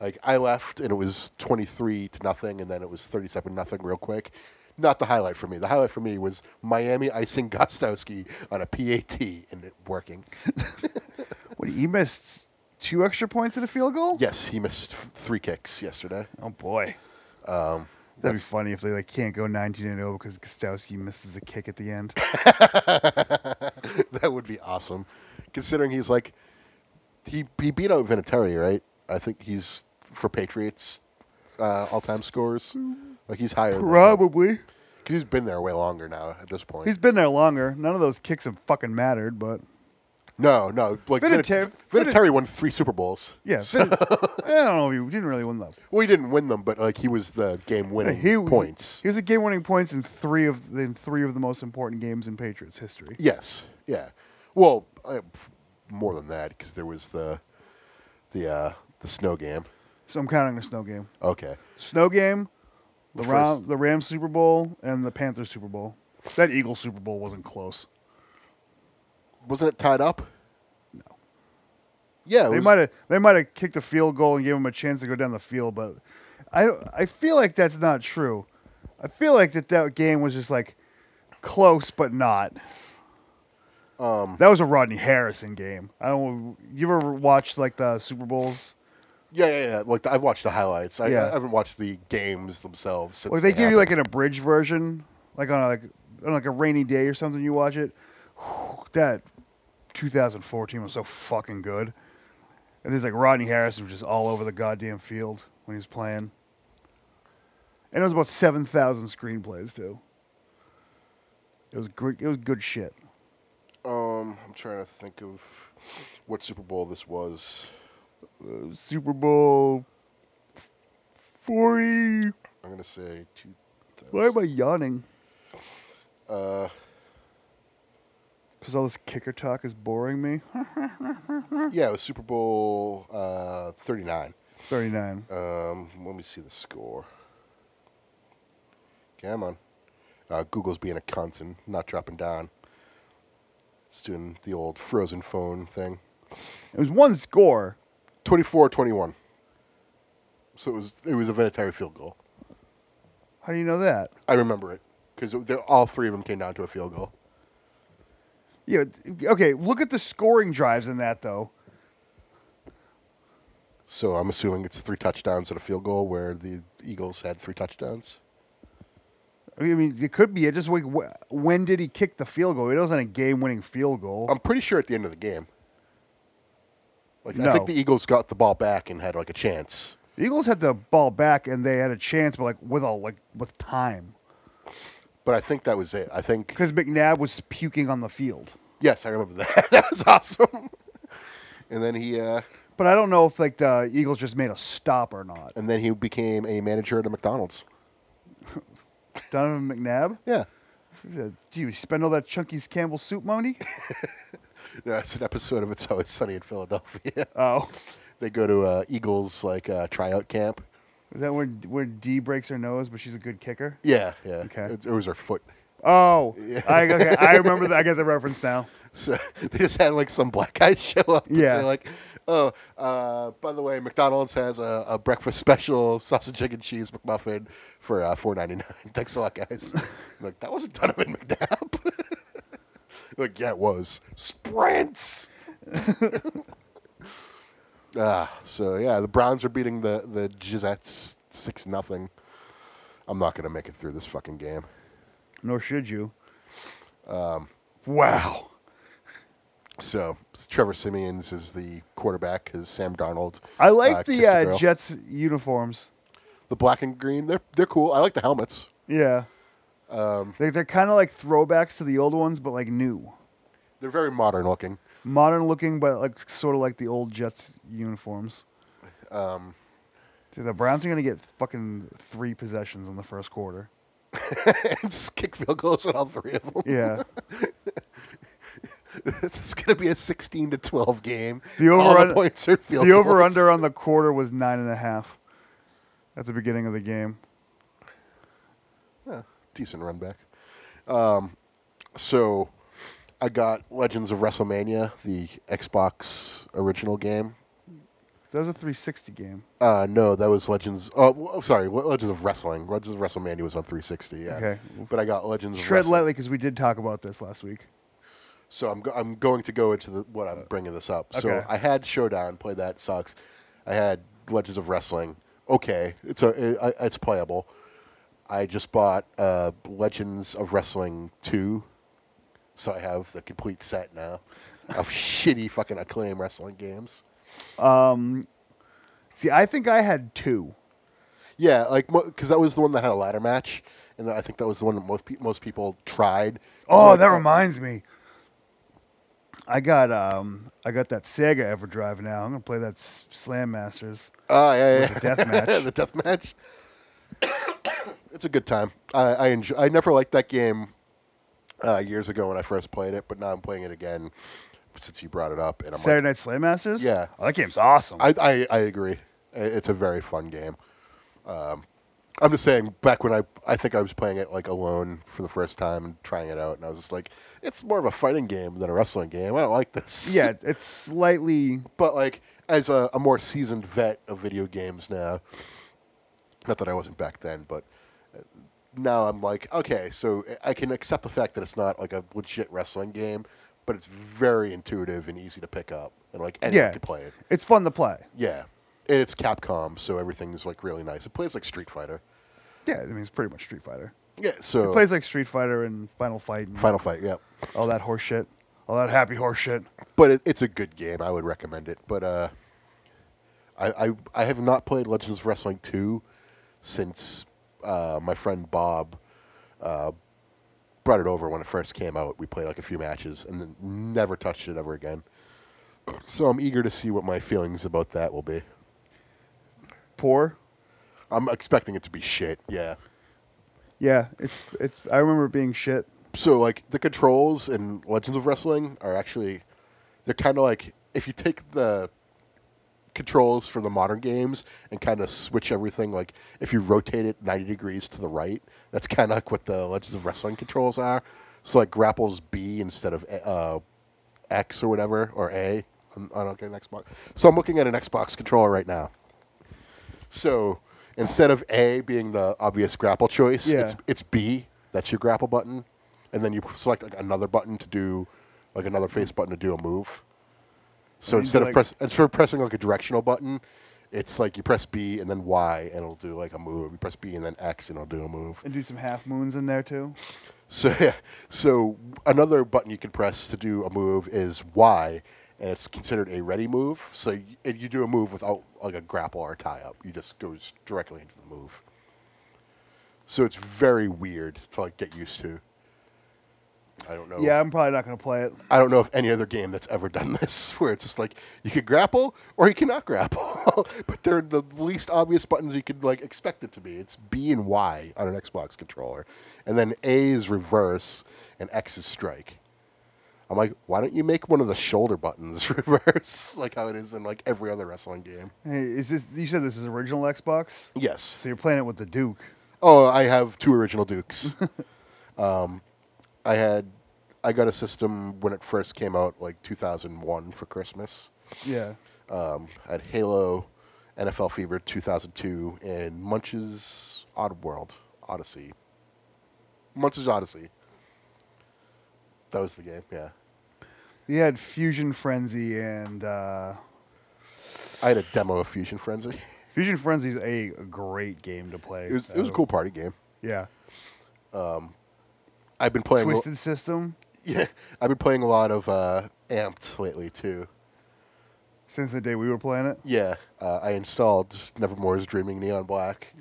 A: Like I left and it was twenty three to nothing, and then it was thirty seven nothing real quick. Not the highlight for me. The highlight for me was Miami icing Gostowski on a PAT and it working.
B: What he missed two extra points at a field goal.
A: Yes, he missed f- three kicks yesterday.
B: Oh boy,
A: Um,
B: that'd be
A: that's-
B: funny if they like can't go 19 and 0 because Gostowski misses a kick at the end.
A: that would be awesome, considering he's like he he beat out Vinatieri, right? I think he's for Patriots uh, all time scores. Like he's higher. Than him.
B: Probably.
A: 'Cause he's been there way longer now. At this point,
B: He's been there longer. None of those kicks have fucking mattered, but
A: no, no. Like
B: Vinatieri-
A: Vinatieri, Vinatieri won three Super Bowls.
B: yeah. Finn- I don't know. He didn't really win though.
A: Well, he didn't win them, but like he was the game winning
B: He-
A: points.
B: He was a game-winning points in three of in three of the most important games in Patriots history.
A: Yes. Yeah. Well, uh, f- more than that, because there was the the uh, the snow game.
B: So I'm counting the snow game.
A: Okay.
B: Snow game, the
A: The
B: Ram, the Rams Super Bowl, and the Panthers Super Bowl. That Eagles Super Bowl wasn't close.
A: Wasn't it tied up? No. Yeah. It
B: They
A: was-
B: might have they might have kicked a field goal and gave him a chance to go down the field, but I I feel like that's not true. I feel like that that game was just like close but not.
A: Um,
B: That was a Rodney Harrison game. I don't. You ever watched like the Super Bowls?
A: yeah, yeah, yeah. Like I've watched the highlights. I,
B: Yeah.
A: I haven't watched the games themselves. Since
B: Like they, give you like
A: happened.
B: an abridged version, like on a, like on like a rainy day or something. You watch it. That 2014 was so fucking good. And there's like Rodney Harrison was just all over the goddamn field when he was playing. And it was about seven thousand screenplays too. It was great. It was good shit.
A: Um, I'm trying to think of what Super Bowl this was.
B: Uh, Super Bowl forty.
A: I'm gonna say two.
B: Why am I yawning?
A: Uh,
B: Because all this kicker talk is boring me.
A: yeah, it was Super Bowl uh, 39.
B: 39.
A: Um, let me see the score. Come on. Uh, Google's being a cunt and not dropping down. It's doing the old frozen phone thing.
B: It was one score.
A: 24-21. So it was it was a Vinatieri field goal.
B: How do you know that?
A: I remember it because all three of them came down to a field goal.
B: Yeah. Okay. Look at the scoring drives in that though.
A: So I'm assuming it's three touchdowns and a field goal where the Eagles had three touchdowns.
B: I mean, it could be. It just like wh- when did he kick the field goal? It wasn't a game-winning field goal.
A: I'm pretty sure at the end of the game. Like I think
B: No.
A: the Eagles got the ball back and had like a chance.
B: the Eagles had the ball back and they had a chance, but like with all like with time,
A: But I think that was it. I think
B: because McNabb was puking on the field.
A: yes, I remember that. that was awesome. and then he uh,
B: But I don't know if like the Eagles just made a stop or not.
A: and then he became a manager at a McDonald's.
B: Donovan McNabb.
A: Yeah,
B: Do you spend all that Chunky's Campbell soup money?
A: that's an episode of It's Always Sunny in Philadelphia.
B: Oh,
A: they go to uh, Eagles like uh, tryout camp.
B: is that where where D breaks her nose, but she's a good kicker?
A: Yeah, yeah.
B: Okay.
A: It, it was her foot.
B: Oh,
A: Yeah.
B: I, okay, I remember that. I get the reference now.
A: So they just had like some black guy show up. And
B: Yeah.
A: say, like, oh, uh, by the way, McDonald's has a, a breakfast special sausage, egg, and cheese McMuffin for uh, four ninety nine. Thanks a lot, guys. I'm like that wasn't Donovan McNabb. like yeah, it was sprints. Ah, so yeah, the Browns are beating the the Gizettes six nothing. I'm not gonna make it through this fucking game.
B: Nor should you. Um, wow.
A: So Trevor Simeons is the quarterback. Is Sam Darnold?
B: I like
A: uh, kissed
B: the uh,
A: girl.
B: Jets uniforms.
A: The black and green. They're they're cool. I like the helmets.
B: Yeah,
A: Um,
B: they, they're kind of like throwbacks to the old ones, but like new,
A: they're very modern looking.
B: modern looking, but like sort of like the old Jets uniforms.
A: Um,
B: Dude, the Browns are gonna get fucking three possessions in the first quarter.
A: and just kick field goals on all three of them.
B: Yeah.
A: it's going to be a 16 to 12 game.
B: The
A: All
B: over-under-
A: points are field
B: the
A: goals.
B: over under on the quarter was nine and a half at the beginning of the game.
A: Yeah, decent run back. Um, so I got Legends of WrestleMania, the Xbox original game.
B: That was a 360 game.
A: Uh, no, that was Legends. Oh, w- oh, sorry, Le- Legends of Wrestling. Legends of WrestleMania was on 360. Yeah.
B: Okay.
A: But I got Legends. of
B: Shred
A: Wrestling.
B: lightly because we did talk about this last week.
A: So I'm go- I'm going to go into the, what I'm bringing this up. So
B: Uh, okay.
A: I had Showdown, played that sucks. I had Legends of Wrestling. Okay, it's a i- I- it's playable. I just bought uh, Legends of Wrestling two, so I have the complete set now of shitty fucking acclaim wrestling games.
B: Um, see, I think I had two.
A: Yeah, like because that was the one that had a ladder match, and I think that was the one that most pe- most people tried.
B: Oh,
A: Like,
B: that reminds me. I got um, I got that Sega EverDrive now. I'm gonna play that S- Slam Masters.
A: Oh yeah, yeah.
B: With the death match.
A: the death match. it's a good time. I, I enjoy. I never liked that game uh, years ago when I first played it, but now I'm playing it again since you brought it up, and I'm
B: Saturday Night Slam Masters.
A: Yeah.
B: oh, that game's awesome.
A: like, I, I I agree. I- It's a very fun game. Um, I'm just saying, back when I I think I was playing it like alone for the first time and trying it out, and I was just like, it's more of a fighting game than a wrestling game. I don't like this.
B: yeah, it's slightly
A: but like as a, a more seasoned vet of video games now not that i wasn't back then but uh, now i'm like okay so I- i can accept the fact that it's not like a legit wrestling game but it's very intuitive and easy to pick up and like anyone
B: Yeah.
A: can play it
B: it's fun to play.
A: yeah and it's capcom so everything's like really nice it plays like street fighter
B: Yeah, I mean it's pretty much Street Fighter.
A: yeah so
B: It plays like Street Fighter and Final Fight and
A: final fight yeah
B: all that horse shit. All that happy horse shit.
A: but it, it's a good game. I would recommend it. But uh, I, I I have not played Legends of Wrestling two since uh, my friend Bob uh, brought it over when it first came out. We played like a few matches and then never touched it ever again. So I'm eager to see what my feelings about that will be.
B: Poor.
A: I'm expecting it to be shit. Yeah.
B: Yeah, it's it's. I remember it being shit.
A: so like the controls in Legends of Wrestling are actually they're kind of like if you take the controls for the modern games and kind of switch everything like if you rotate it 90 degrees to the right that's kind of like what the Legends of Wrestling controls are so like grapples B instead of A- uh, X or whatever or A on, on okay, an Xbox so I'm looking at an Xbox controller right now so instead of A being the obvious grapple choice,
B: Yeah.
A: it's it's B. That's your grapple button, and then you select like another button to do, like another face button to do a move. So
B: And you do,
A: instead of
B: like-
A: press, instead of pressing like a directional button, it's like you press B and then Y and it'll do like a move. You press B and then X and it'll do a move.
B: And do some half moons in there too.
A: So yeah, so another button you can press to do a move is Y, and it's considered a ready move. So you, and you do a move without like a grapple or a tie up. You just goes directly into the move. So it's very weird to like get used to. I don't know.
B: Yeah,
A: If,
B: I'm probably not gonna play it.
A: I don't know if any other game that's ever done this, where it's just like you can grapple or you cannot grapple, but they're the least obvious buttons you could like expect it to be. It's B and Y on an Xbox controller, and then A is reverse and X is strike. I'm like, why don't you make one of the shoulder buttons reverse, like how it is in like every other wrestling game?
B: Hey, is this? You said this is original Xbox,
A: Yes.
B: so you're playing it with the Duke.
A: Oh, I have two original Dukes. um, I had I got a system when it first came out, like 2001 for Christmas.
B: Yeah.
A: Um, I had Halo, NFL Fever 2002, and Munch's Oddworld Odyssey. Munch's Odyssey. That was the game. Yeah,
B: You had Fusion Frenzy and uh,
A: I had a demo of Fusion Frenzy.
B: Fusion Frenzy's a great game to play.
A: It was it was a
B: so-
A: cool party game.
B: Yeah.
A: Um, I've been playing.
B: Twisted System
A: Yeah, I've been playing a lot of uh, Amped lately too.
B: since the day we were playing it.
A: Yeah, uh, I installed Nevermore's Dreaming Neon Black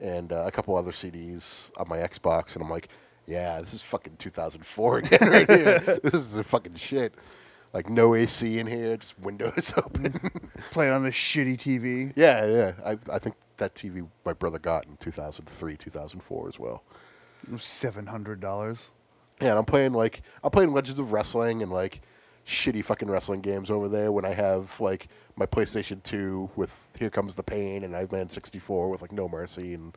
A: and uh, a couple other CDs on my Xbox, and I'm like, yeah, this is fucking 2004 again right here. This is a fucking shit. Like no AC in here, just windows open.
B: Mm. Playing on the shitty TV.
A: yeah, yeah. I, I think that TV my brother got in 2003, 2004 as well.
B: Seven hundred dollars.
A: Yeah, and I'm playing like I'm playing Legends of Wrestling and like shitty fucking wrestling games over there when I have like my PlayStation 2 with Here Comes the Pain and I've Man 64 with like No Mercy and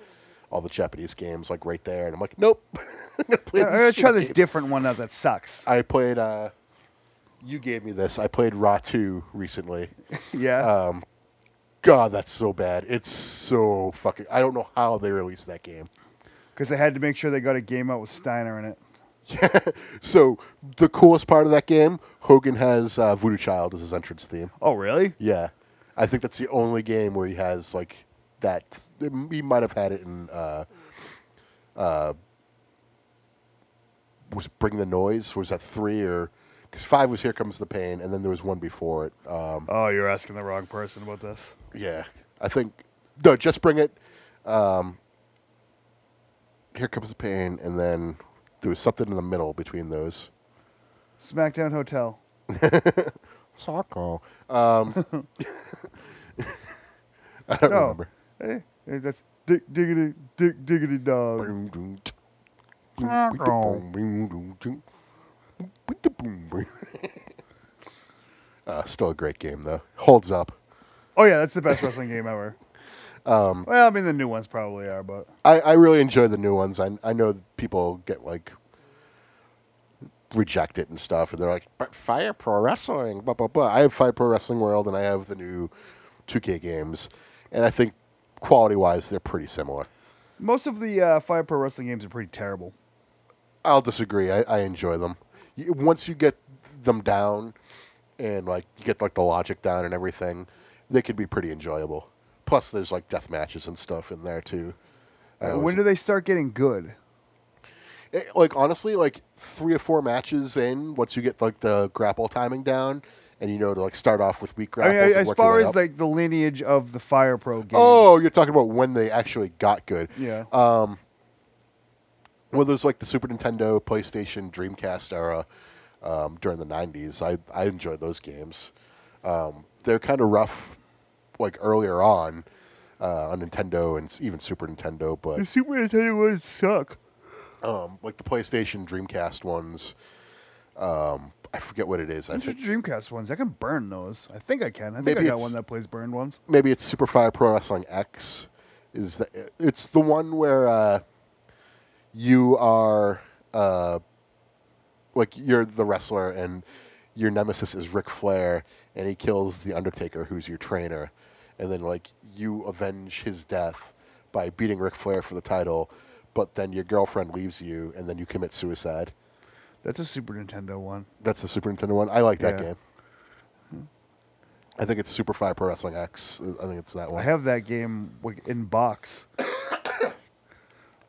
A: all the Japanese games like right there and I'm like, nope. I'm gonna play
B: I'm gonna
A: these
B: try
A: shitty
B: this
A: games.
B: different one now that sucks.
A: I played. uh You gave me this. I played Raw 2 recently.
B: Yeah.
A: Um, God, that's so bad. It's so fucking. I don't know how they released that game.
B: Because they had to make sure they got a game out with Steiner in it.
A: So the coolest part of that game, Hogan has uh, Voodoo Child as his entrance theme.
B: Oh, really?
A: Yeah, I think that's the only game where he has like that. He might have had it in. Uh, uh, was it Bring the Noise? Was that three or? Because five was Here Comes the Pain, and then there was one before it. Um,
B: Oh, you're asking the wrong person about this.
A: Yeah, I think no, just bring it. Um, here comes the pain, and then there was something in the middle between those.
B: SmackDown Hotel.
A: Soccer. Um, I don't
B: No.
A: remember.
B: Hey, hey, that's dig, diggity, dig, diggity dog.
A: Uh, still a great game though. Holds up.
B: Oh yeah, that's the best wrestling game ever. Um, well, I mean the new ones probably are, but
A: I, I really enjoy the new ones. I I know people get like reject it and stuff, and they're like, "But Fire Pro Wrestling, blah blah blah." I have Fire Pro Wrestling World, and I have the new 2K games, and I think quality wise, they're pretty similar.
B: most of the uh, Fire Pro Wrestling games are pretty terrible.
A: I'll disagree. I, I enjoy them. Y- Once you get them down, and like you get like the logic down and everything, they can be pretty enjoyable. Plus, there's like death matches and stuff in there too. I always
B: Uh, when do they start getting good?
A: It- like honestly, like three or four matches in, once you get like the grapple timing down, and you know to like start off with weak
B: I
A: grapples.
B: mean, I-
A: and
B: as
A: work your
B: far
A: way
B: as
A: up.
B: like the lineage of the Fire Pro game.
A: oh, you're talking about when they actually got good.
B: yeah.
A: Um, well, there's like the Super Nintendo, PlayStation, Dreamcast era um, during the '90s. I I enjoyed those games. Um, they're kind of rough, like earlier on uh, on Nintendo and s- even Super Nintendo, but
B: the Super Nintendo ones suck.
A: um, like the PlayStation, Dreamcast ones. Um, I forget what it is. I
B: Those are
A: think
B: Dreamcast ones. I can burn those. I think I can. I think
A: Maybe
B: I got
A: it's-
B: one that plays burned ones.
A: maybe it's Super Fire Pro Wrestling X. Is that it's the one where uh, you are uh, like you're the wrestler and your nemesis is Ric Flair and he kills the Undertaker, who's your trainer, and then like you avenge his death by beating Ric Flair for the title, but then your girlfriend leaves you and then you commit suicide.
B: That's a Super Nintendo one.
A: That's the Super Nintendo one. I like that
B: Yeah.
A: game. I think it's Super Fire Pro Wrestling X. I think it's that
B: I
A: one.
B: have that game like, in box.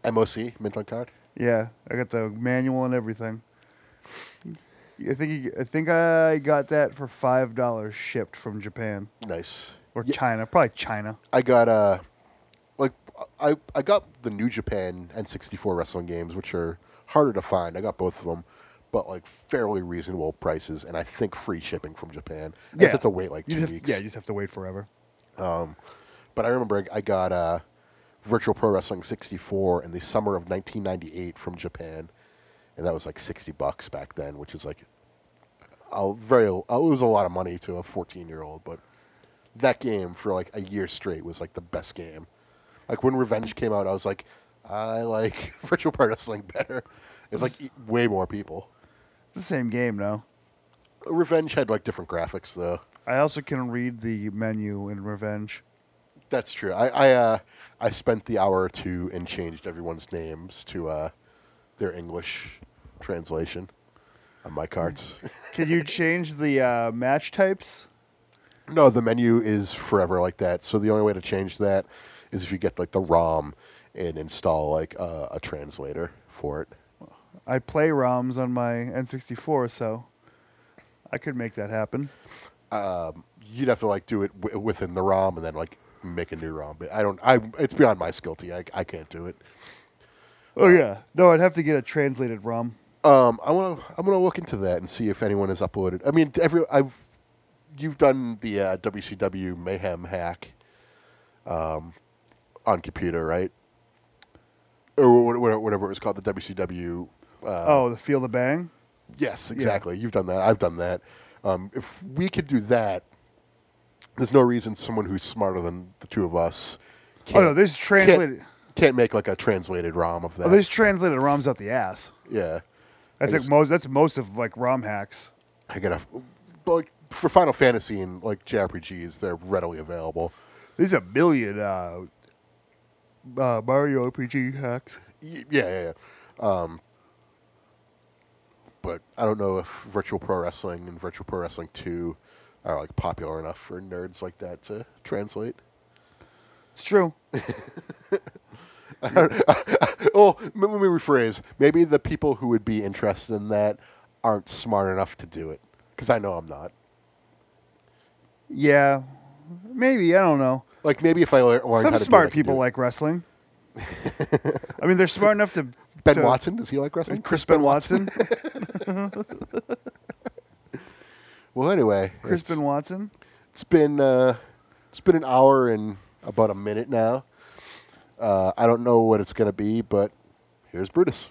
A: MOC, mint on card.
B: Yeah, I got the manual and everything. I think you- I think I got that for five dollars shipped from Japan
A: Nice.
B: or
A: Yeah.
B: China, probably China.
A: I got uh, like I I got the New Japan and 64 wrestling games, which are harder to find. I got both of them, but like fairly reasonable prices, and I think free shipping from Japan. I
B: Yeah.
A: just have to wait like
B: You
A: two
B: just have,
A: weeks.
B: yeah, you just have to wait forever.
A: Um, but I remember I got uh, Virtual Pro Wrestling 64 in the summer of 1998 from Japan, and that was like 60 bucks back then, which is like a very it was a lot of money to a 14 year old. But that game for like a year straight was like the best game. Like when Revenge came out, I was like, I like Virtual Pro Wrestling better. It's like e- way more people.
B: It's the same game now.
A: Revenge had like different graphics though.
B: I also can read the menu in Revenge.
A: That's true. I I, uh, I spent the hour or two and changed everyone's names to uh, their English translation on my cards.
B: Can you change the uh, match types?
A: no, the menu is forever like that. So the only way to change that is if you get like the ROM and install like uh, a translator for it.
B: I play ROMs on my N64, so I could make that happen.
A: Um, you'd have to like do it w- within the ROM and then like make a new ROM. But I don't. I it's beyond my skill. to- I I can't do it. Uh,
B: Oh yeah, no, I'd have to get a translated ROM.
A: Um, I want to. I'm gonna look into that and see if anyone has uploaded. I mean, every I've you've done the uh, WCW Mayhem hack um, on computer, right? Or wha- wha- whatever it was called, the WCW. Uh,
B: oh, the feel the bang.
A: yes, exactly. You've done that. I've done that. Um, if we could do that, there's no reason someone who's smarter than the two of us.
B: Oh no, this is translated.
A: can't make like a translated ROM of that.
B: Oh, this translated ROMs out the ass.
A: yeah,
B: That's
A: I
B: like
A: just-
B: most. That's most of like ROM hacks.
A: I gotta like for Final Fantasy and like JRPGs, they're readily available.
B: There's a billion uh, uh, Mario RPG hacks.
A: Y- yeah, yeah, yeah. Um, but I don't know if Virtual Pro Wrestling and Virtual Pro Wrestling Two are like popular enough for nerds like that to translate.
B: It's true.
A: Oh, m- let me rephrase. Maybe the people who would be interested in that aren't smart enough to do it, because I know I'm not.
B: Yeah, maybe I don't know.
A: Like maybe if I lear- learn how
B: Some
A: to do
B: smart
A: it, I could do
B: people
A: it.
B: like wrestling. I mean, they're smart enough to.
A: Ben
B: to-
A: Watson. Does he like wrestling?
B: Chris Ben Watson.
A: Well, anyway,
B: Chris
A: it's-
B: Ben Watson.
A: It's been uh, it's been an hour and about a minute now. Uh, I don't know what it's gonna be, but here's Brutus.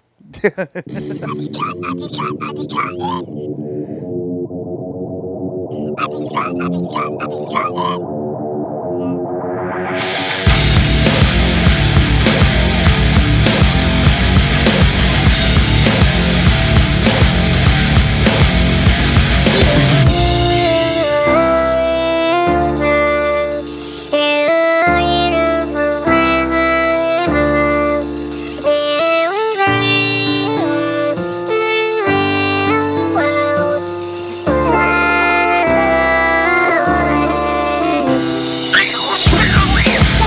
D: Wow.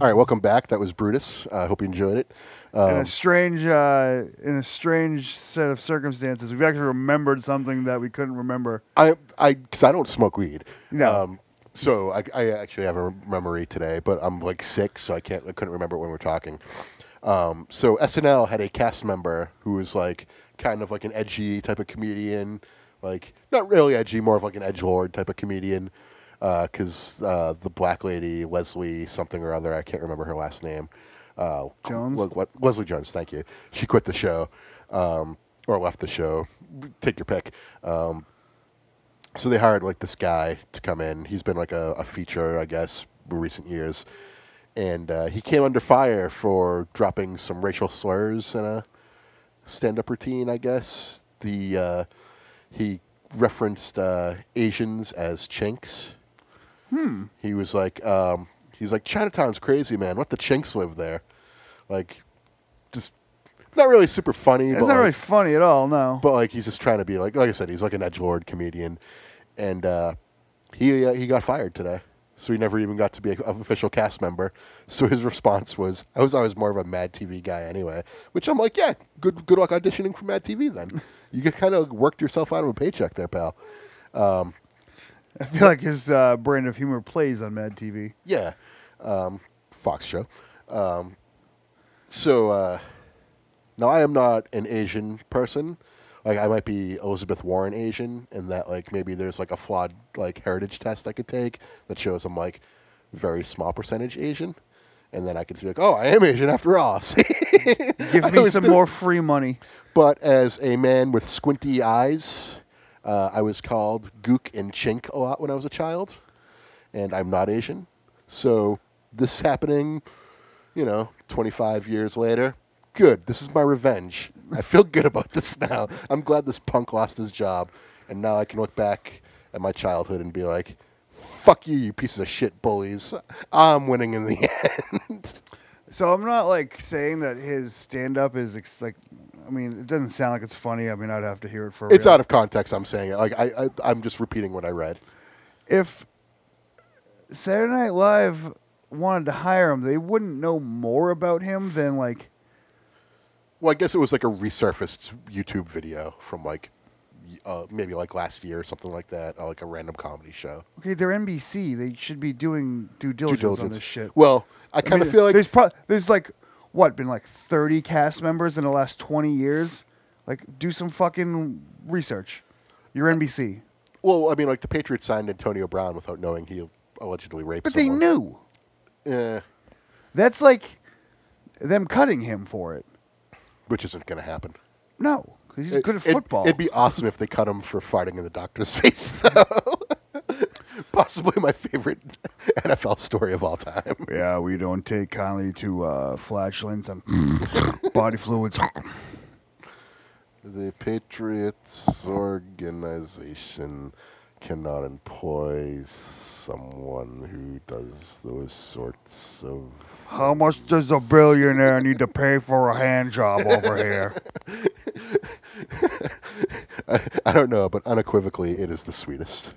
A: All right, welcome back. That was Brutus. I hope you enjoyed it.
B: in
A: Um,
B: a strange, uh, in a strange set of circumstances, we've actually remembered something that we couldn't remember.
A: I, I, because I don't smoke weed. Um,
B: No.
A: so I, I actually have a memory today, but I'm like sick, so I can't. I couldn't remember when we are talking. Um, so SNL had a cast member who was like kind of like an edgy type of comedian, like not really edgy, more of like an edge lord type of comedian. Because uh, the black lady Leslie something or other, I can't remember her last name. Uh,
B: Jones?
A: Le- Le- Leslie Jones, thank you. She quit the show, um, or left the show. Take your pick. Um, so they hired like this guy to come in. He's been like a, a feature, I guess, in recent years, and uh, he came under fire for dropping some racial slurs in a stand-up routine. I guess the uh, he referenced uh, Asians as chinks. Hmm. He was like, um, he's like Chinatown's crazy, man. Let the chinks live there, like, just not really super funny.
B: It's
A: but
B: not really
A: like-
B: funny at all, no.
A: but like he's just trying to be like like I said, he's like an edge lord comedian, and uh, he uh, he got fired today, so he never even got to be an official cast member. So his response was, "I was always more of a Mad TV guy anyway," which I'm like, yeah, good good luck auditioning for Mad TV then. You kind of worked yourself out of a paycheck there, pal. Um,
B: I feel like his uh, brand of humor plays on Mad TV.
A: Yeah, um, Fox show. Um, so uh, now I am not an Asian person. Like I might be Elizabeth Warren Asian, and that like maybe there's like a flawed like heritage test I could take that shows I'm like very small percentage Asian, and then I could be like, oh, I am Asian after all. See? I
B: Give me
A: was
B: some
A: doing-
B: more free money.
A: But as a man with squinty eyes, uh, I was called gook and chink a lot when I was a child, and I'm not Asian. So this happening, you know, 25 years later, good. This is my revenge. I feel good about this now. I'm glad this punk lost his job, and now I can look back at my childhood and be like, fuck you, you pieces of shit bullies. I'm winning in the end.
B: So I'm not like saying that his stand up is ex- like, I mean, it doesn't sound like it's funny. I mean, I'd have to hear it for
A: it's
B: real.
A: out of context. I'm saying it. Like I, I, I'm just repeating what I read.
B: if Saturday Night Live wanted to hire him, they wouldn't know more about him than like
A: Well, I guess it was like a resurfaced YouTube video from like y- uh, maybe like last year or something like that, uh, like a random comedy show.
B: okay, they're NBC. They should be doing due
A: Due
B: diligence, on this shit.
A: Well, I
B: I
A: kind of
B: mean,
A: feel like
B: there's pro- there's like what been like 30 cast members in the last 20 years. Like, do some fucking research.
A: Uh,
B: You're NBC,
A: well, I mean, like the Patriots signed Antonio Brown without knowing he allegedly raped.
B: but they knew.
A: knew, eh,
B: That's like them cutting him for it.
A: which isn't going to happen.
B: No, because he's
A: It-
B: good at
A: it-
B: football.
A: It'd be awesome if they cut him for farting in the doctor's face, though. Possibly my favorite NFL story of all time.
B: Yeah, we don't take kindly to uh, flatulence and body fluids.
A: The Patriots organization cannot employ someone who does those sorts of.
B: How much does a billionaire need to pay for a hand job over here?
A: I, I don't know, but unequivocally, it is the sweetest.